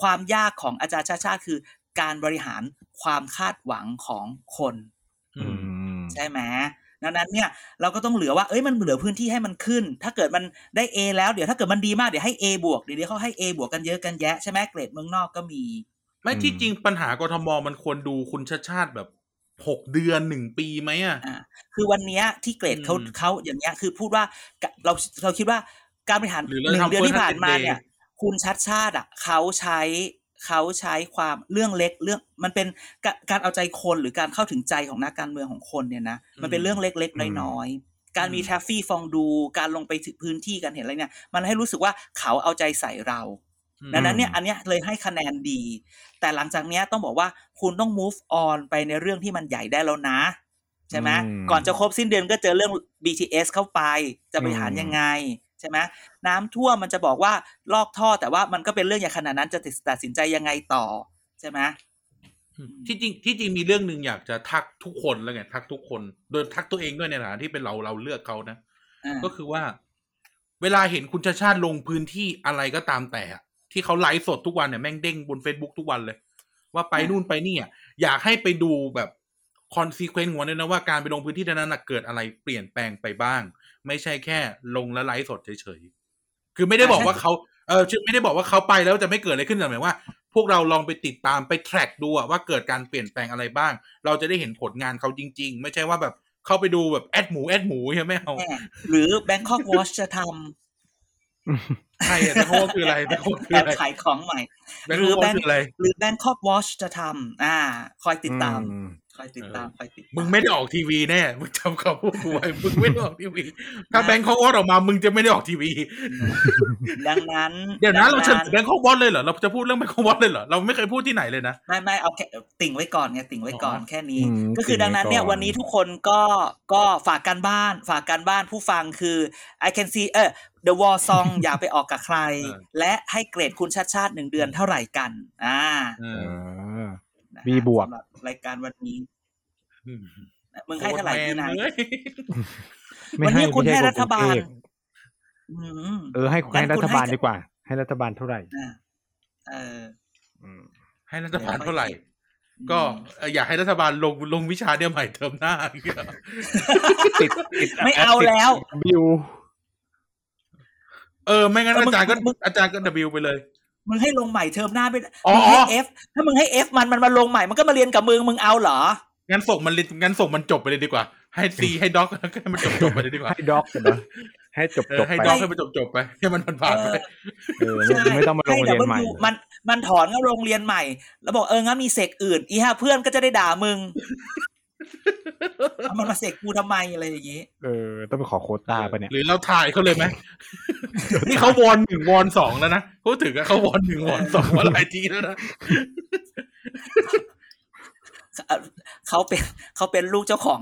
[SPEAKER 4] ความยากของอาจารย์ชาติชาติคือ การบริหารความคาดหวังของคน
[SPEAKER 2] อืม
[SPEAKER 4] ใช่ไหมดังนั้นเนี่ยเราก็ต้องเหลือว่า เอ้ย มันเหลือพื้นที่ให้มันขึ้น ถ้าเกิดมันได้ A แล้วเดี๋ยวถ้าเกิดมันดีมากเดี๋ยวให้ A บวก เดี๋ยวนี้เขาให้ A บวกกันเยอะกันแยะใช่ไหมเกรดเมืองนอกก็มี
[SPEAKER 2] ไม่ที่จริงปัญหากทมมันควรดูคุณชาติชาติแบบหกเดือนหนึ่งปีไหมอะ
[SPEAKER 4] อ่า คือวันเนี้ยที่เกรดเขา
[SPEAKER 2] อืม
[SPEAKER 4] เขาอย่างเงี้ยคือพูดว่าเราเราคิดว่าการบริหาร
[SPEAKER 2] หรือ
[SPEAKER 4] ห
[SPEAKER 2] เรา
[SPEAKER 4] นึ่ง
[SPEAKER 2] ทำ
[SPEAKER 4] เดือน
[SPEAKER 2] first
[SPEAKER 4] ที่ผ่านมา
[SPEAKER 2] hand
[SPEAKER 4] เนี่ย คุณชัดชาติอ่ะเขาใช้เขาใช้ความเรื่องเล็กเรื่องมันเป็นกะการเอาใจคนหรือการเข้าถึงใจของนักการเมืองของคนเนี่ยนะมันเป็นเรื่องเล็ก
[SPEAKER 3] อืม
[SPEAKER 4] ๆน้อยๆการมี
[SPEAKER 2] อืม
[SPEAKER 4] ทราฟฟี่ฟองดูการลงไปถึงพื้นที่การเห็นอะไรเนี่ย มันให้รู้สึกว่าเขาเอาใจใส่เรา ดังนั้นเนี่ยอันเนี้ยเลยให้คะแนนดี แต่หลังจากเนี้ยต้องบอกว่าคุณต้อง move on ไปในเรื่องที่มันใหญ่ได้แล้วนะ ใช่ไหม
[SPEAKER 3] อืม
[SPEAKER 4] ก่อนจะครบสิ้นเดือนก็เจอเรื่อง BTS เข้าไป จะบริหาร
[SPEAKER 3] อืม
[SPEAKER 4] ยังไง ใช่ไหมน้ำท่วมมันจะบอกว่าลอกท่อแต่ว่ามันก็เป็นเรื่องอย่างขนาดนั้นจะตัดสินใจยังไงต่อ ใช่ไหม
[SPEAKER 2] ที่จริงที่จริงมีเรื่องหนึ่งอยากจะทักทุกคนแล้วไงทักทุกคนโดยทักตัวเองด้วยในฐานะที่เป็นเราเราเลือกเขานะ
[SPEAKER 4] อ่า
[SPEAKER 2] ก็คือว่า เวลาเห็นคุณชาชาติลงพื้นที่อะไรก็ตามแต่อะที่เขาไลฟ์สดทุกวันเนี่ยแม่งเด้งบน Facebook ทุกวันเลย ว่าไปนู่นไปนี่อะอยากให้ไปดูแบบคอนซีเควนต์หัวเนี่ยนะว่าการไปลงพื้นที่นั้นน่ะเกิดอะไรเปลี่ยนแปลงไปบ้าง ไม่ใช่แค่ลงและไลฟ์สดเฉยๆคือไม่ได้บอกว่าเขาเออไม่ได้บอกว่าเขาไปแล้วจะไม่เกิดอะไรขึ้นแต่หมายว่า พวกเราลองไปติดตามไปแทร็กดูอะว่าเกิดการเปลี่ยนแปลงอะไรบ้าง เราจะได้เห็นผลงานเขาจริง ๆ ไม่ใช่ว่าแบบเข้าไปดูแบบแอดหมูแอดหมูใช่ไหมเอา
[SPEAKER 4] แน่หรือ Bangkok Watch จะท
[SPEAKER 2] ใช่อะแบงค์โฮคืออะไร
[SPEAKER 4] ำ
[SPEAKER 2] แบงค์โฮคือ
[SPEAKER 4] แอ
[SPEAKER 2] อะ
[SPEAKER 4] บ
[SPEAKER 2] ไร
[SPEAKER 4] ขายของใหม่
[SPEAKER 2] แบงค์โฮคืออะไร
[SPEAKER 4] หรือ Bangkok Watch จะทำอ่า คอยติดตาม
[SPEAKER 3] อืม
[SPEAKER 4] คอยติดตาม คอยติดตา
[SPEAKER 2] มึงไม่ได้ออกทีวีแน่ มึงจำคำพูดกูไว้ มึงไม่ได้ออกทีวี ถ้าแบงค์โฮออกมา มึงจะไม่ได้ออกทีวี
[SPEAKER 4] ดังนั้น
[SPEAKER 2] เดี๋ยวนะเราจะ
[SPEAKER 4] ดัง
[SPEAKER 2] แบงค์โฮวอตเลยเหรอ เราจะพูดเรื่องแบงค์โฮวอตเลยเหรอ เราไม่เคยพูดที่ไหนเลยนะ
[SPEAKER 4] ไม่ไม่เอาแค่ติ่งไว้ก่อนไงติ่งไว้ก่อน
[SPEAKER 2] อ๋อ
[SPEAKER 4] แค่นี้
[SPEAKER 3] อืม
[SPEAKER 4] ก็คือ
[SPEAKER 3] ติ่
[SPEAKER 4] ดั
[SPEAKER 3] ง
[SPEAKER 4] ง
[SPEAKER 3] ไว้
[SPEAKER 4] นั้นเนี่ย
[SPEAKER 3] ก่อน
[SPEAKER 4] วันนี้ทุกคนก็ก็ฝากการบ้าน ฝากการบ้านผู้ฟังคือ I can see เออ The War Song อย่าไปออกกับใคร
[SPEAKER 2] เออ
[SPEAKER 4] และให้เกรดคุณชาติชาติหนึ่งเดือนเท่าไหร่กัน อ่า
[SPEAKER 2] เอ
[SPEAKER 3] อ่
[SPEAKER 2] อา
[SPEAKER 4] นะฮะ
[SPEAKER 3] B บวก
[SPEAKER 4] สำหรับรายการวันนี้
[SPEAKER 2] อืม
[SPEAKER 4] มึงให้เท่าไหร่พี่นาย
[SPEAKER 2] โคตรแมเลย
[SPEAKER 3] ไม่
[SPEAKER 4] วันนี้
[SPEAKER 3] ให้
[SPEAKER 4] คุณ
[SPEAKER 3] ไม่
[SPEAKER 4] ให้
[SPEAKER 3] ให้
[SPEAKER 4] รัฐบาล
[SPEAKER 3] กงเทพ
[SPEAKER 4] อืม
[SPEAKER 3] เออให้
[SPEAKER 4] งั้น
[SPEAKER 3] ให้รั
[SPEAKER 4] คุณ
[SPEAKER 3] ฐบาล
[SPEAKER 4] ให้
[SPEAKER 3] ดีกว่า ให้รัฐบาลเท่าไหร่
[SPEAKER 4] อ่ะเออ
[SPEAKER 3] อืม
[SPEAKER 2] ให้รัฐบาลเท่าไหร่ ก็เอ่ออยากให้รัฐบาลลงลงวิชาเนี่ยใหม่เทอมหน้าอย่างเงี้ย
[SPEAKER 3] ติดติด
[SPEAKER 4] ไม่เอาแล้ว
[SPEAKER 3] บิว
[SPEAKER 2] เออ ไม่งั้นอาจารย์ก็
[SPEAKER 4] มึง
[SPEAKER 2] อาจารย์ก็ W ไปเลย
[SPEAKER 4] มึงให้ลงใหม่เทอมหน้าไป
[SPEAKER 2] อ๋อ
[SPEAKER 4] มึงให้ F ถ้ามึงให้ F มันมันมาลงใหม่มันก็มาเรียนกับมึงมึงเอาเหรอ
[SPEAKER 2] งั้นส่งมันเรียนงั้นส่งมันจบไปเลยดีกว่า ให้ C ให้ด็อก แล้วก็ให้มันจบจบไปเลยดีกว่า
[SPEAKER 3] ให้ด็อกนะให้จบ
[SPEAKER 2] เอ
[SPEAKER 3] จ
[SPEAKER 2] อบ ให้
[SPEAKER 3] ไป
[SPEAKER 2] ดอกให้มันจบจบๆไปให้มันผ่านผ่านๆไป
[SPEAKER 4] เออ
[SPEAKER 3] เออไม่ไม่ต้องมาลงเรียนใหม่
[SPEAKER 4] ห้ W มันมันถอนก็โรงเรียนใหม่ แล้วบอกเอองั้นมีเสกอื่น อีห้าเพื่อนก็จะได้ด่ามึงเอามันมาเสกกูทำไมอะไรอย่างงี้
[SPEAKER 3] เออ ต้องไปขอโควต้าปะเนี่ย
[SPEAKER 2] หรือเราถ่ายเขา เลยไหม นี่เขาวอนหนึ่งวอนสองแล้วนะพูดถึงอะเขาวอนหนึ่งวอนส องมาหลายทีแล้วนะ
[SPEAKER 4] เอ่อเขาเป็นเขาเป็นลูกเจ้าของ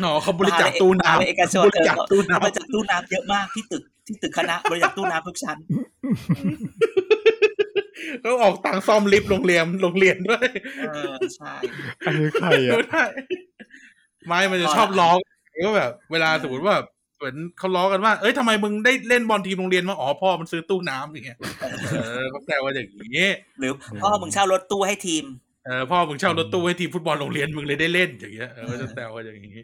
[SPEAKER 2] หนอเขาบริจาคตู้
[SPEAKER 4] มหาลัย
[SPEAKER 2] น้ำ
[SPEAKER 4] เอกชน
[SPEAKER 2] บริจาคตู้
[SPEAKER 4] เขาบริ
[SPEAKER 2] น้ำ
[SPEAKER 4] จาคตู้น้ำเยอะมากที่ตึกที่ตึกคณะบริจาคตู้น้ำทุกชั้น
[SPEAKER 2] เขาออกตังค์ซ่อมลิฟต์โรงเรียนโรงเรียนด้วย
[SPEAKER 4] เออใช่
[SPEAKER 3] อันนี้ใครอ่ะ
[SPEAKER 2] ไม่ได้ไม่มันจะชอบร้องก็แบบ เวลาสมมติว่าเหมือนเขาล้อกันว่าเอ้ยทำไมมึงได้เล่นบอลทีมโรงเรียนมาอ๋อพ่อมันซื้อตู้น้ำอย่างเงี้ยเออเขาแปลว่าอย่างนี้
[SPEAKER 4] หรือพ่อมึงเช่ารถตู้ให้ทีม
[SPEAKER 2] เออพ่อมึงเช่ารถตู้ให้ทีมฟุตบอลโรงเรียนมึงเลยได้เล่นอย่างเงี้ยเออเขาจะแปลว่าอย่างนี้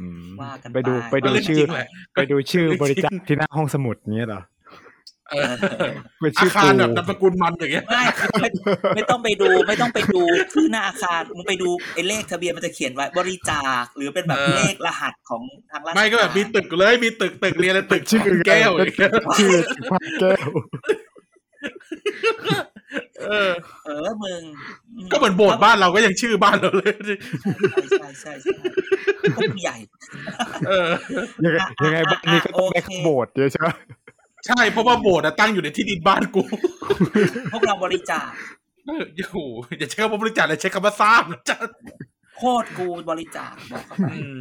[SPEAKER 3] อืม
[SPEAKER 4] ว่ากันไป
[SPEAKER 3] ไปดูไปดู
[SPEAKER 2] เรื่อง
[SPEAKER 3] ชื่อ
[SPEAKER 2] จริงแหละ
[SPEAKER 3] ไปดูชื่อบริจาคที่หน้าห้องสมุดเนี้ยเหรอ
[SPEAKER 2] เออ
[SPEAKER 3] เป็น
[SPEAKER 2] อา
[SPEAKER 3] ชื่อ
[SPEAKER 2] คาร
[SPEAKER 3] กู
[SPEAKER 2] แบบนามสกุลมันอย่างเงี้ย
[SPEAKER 4] ไม่ไม่ไม่ต้องไปดูไม่ต้องไปดูชื่อหน้าอาคารมึงไปดูไอ้เลขทะเบียนมันจะเขียนไว้บริจาคหรือเป็นแบบ
[SPEAKER 2] เออ
[SPEAKER 4] เลขรหัสของทางราชการ
[SPEAKER 2] ไม่ก็แบบมีตึกเลย มีตึกตึกเรียนอะไรตึก
[SPEAKER 3] ชื่อ
[SPEAKER 2] แก้วอย่างเงี้ย
[SPEAKER 3] ชื่อพันแก้ว
[SPEAKER 2] เออ
[SPEAKER 4] เออมึง
[SPEAKER 2] ก็เหมือนโบสถ์บ้านเราก็ยังชื่อบ้านเราเลย
[SPEAKER 4] ใช่ใช่ใช่ใช่ก็ใหญ่
[SPEAKER 2] เออ
[SPEAKER 3] ยังไงยังไงบ้านนี้ก็ต้อง
[SPEAKER 4] โอเค
[SPEAKER 3] แบกโบดเยอะใช่ไหม
[SPEAKER 2] ใช่เพราะว่าโบสถ์อะตั้งอยู่ในที่ดินบ้านกู
[SPEAKER 4] พวกเราบริจาค
[SPEAKER 2] เออโอ้โหอย่าใช้คำว่าบริจาคเลยใช้คำว่าสร้างนะจ๊ะ
[SPEAKER 4] โคตรกูบริจาคบอกเข้าไป
[SPEAKER 2] อืม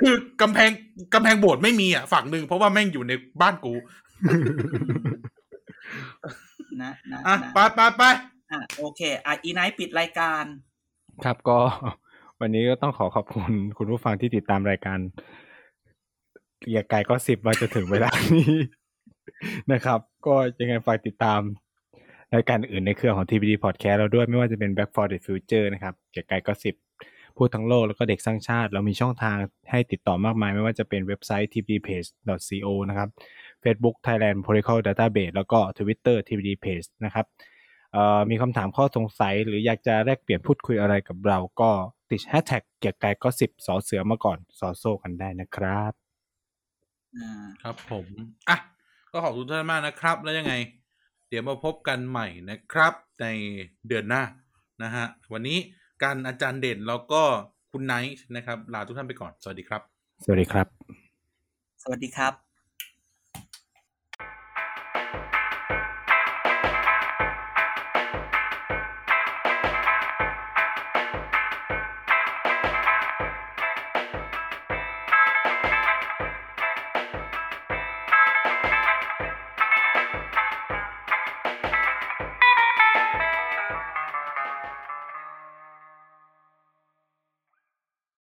[SPEAKER 2] คือกำแพงกำแพงโบสถ์ไม่มีอ่ะฝั่งหนึ่งเพราะว่าแม่งอยู่ในบ้านกู
[SPEAKER 4] นะนะ
[SPEAKER 2] อ่ะ
[SPEAKER 4] นะ
[SPEAKER 2] ไปไปไป
[SPEAKER 4] อ่ะโอเคอ่ะอีไนท์ปิดรายการ
[SPEAKER 3] ครับก็ วันนี้ก็ต้องขอขอบคุณ คุณผู้ฟังที่ติดตามรายการเกียร์กายก็สิบมาจะถึงเวลานี้ นะครับ ก็ยังไงฝากติดตามรายการอื่นในเครือของ TBD Podcast เราด้วยไม่ว่าจะเป็น Back for the Future นะครับเกียร์กายก็สิบพูดทั้งโลกแล้วก็เด็กสร้างชาติ เรามีช่องทางให้ติดต่อมากมาย ไม่ว่าจะเป็นเว็บไซต์ tbdpage.co นะครับ Facebook Thailand Political Database แล้วก็ Twitter TBD Page นะครับ เอ่อมีคำถามข้อสงสัย หรืออยากจะแลกเปลี่ยนพูดคุยอะไรกับเราก็ติดแฮชแท็กเกียร์กายก็สิบสอเสือมาก่อนสอโซ่กันได้นะครับ
[SPEAKER 4] อ่า
[SPEAKER 2] ครับ ผมอ่ะก็ขอบคุณทุกท่านมากนะครับ แล้วยังไง เดี๋ยวมาพบกันใหม่นะครับ ในเดือนหน้านะฮะ วันนี้การอาจารย์เด่นแล้วก็คุณไนท์นะครับ ลาทุกท่านไปก่อน สวัสดีครับ
[SPEAKER 3] สวัสดีครับ
[SPEAKER 4] สวัสดีครับ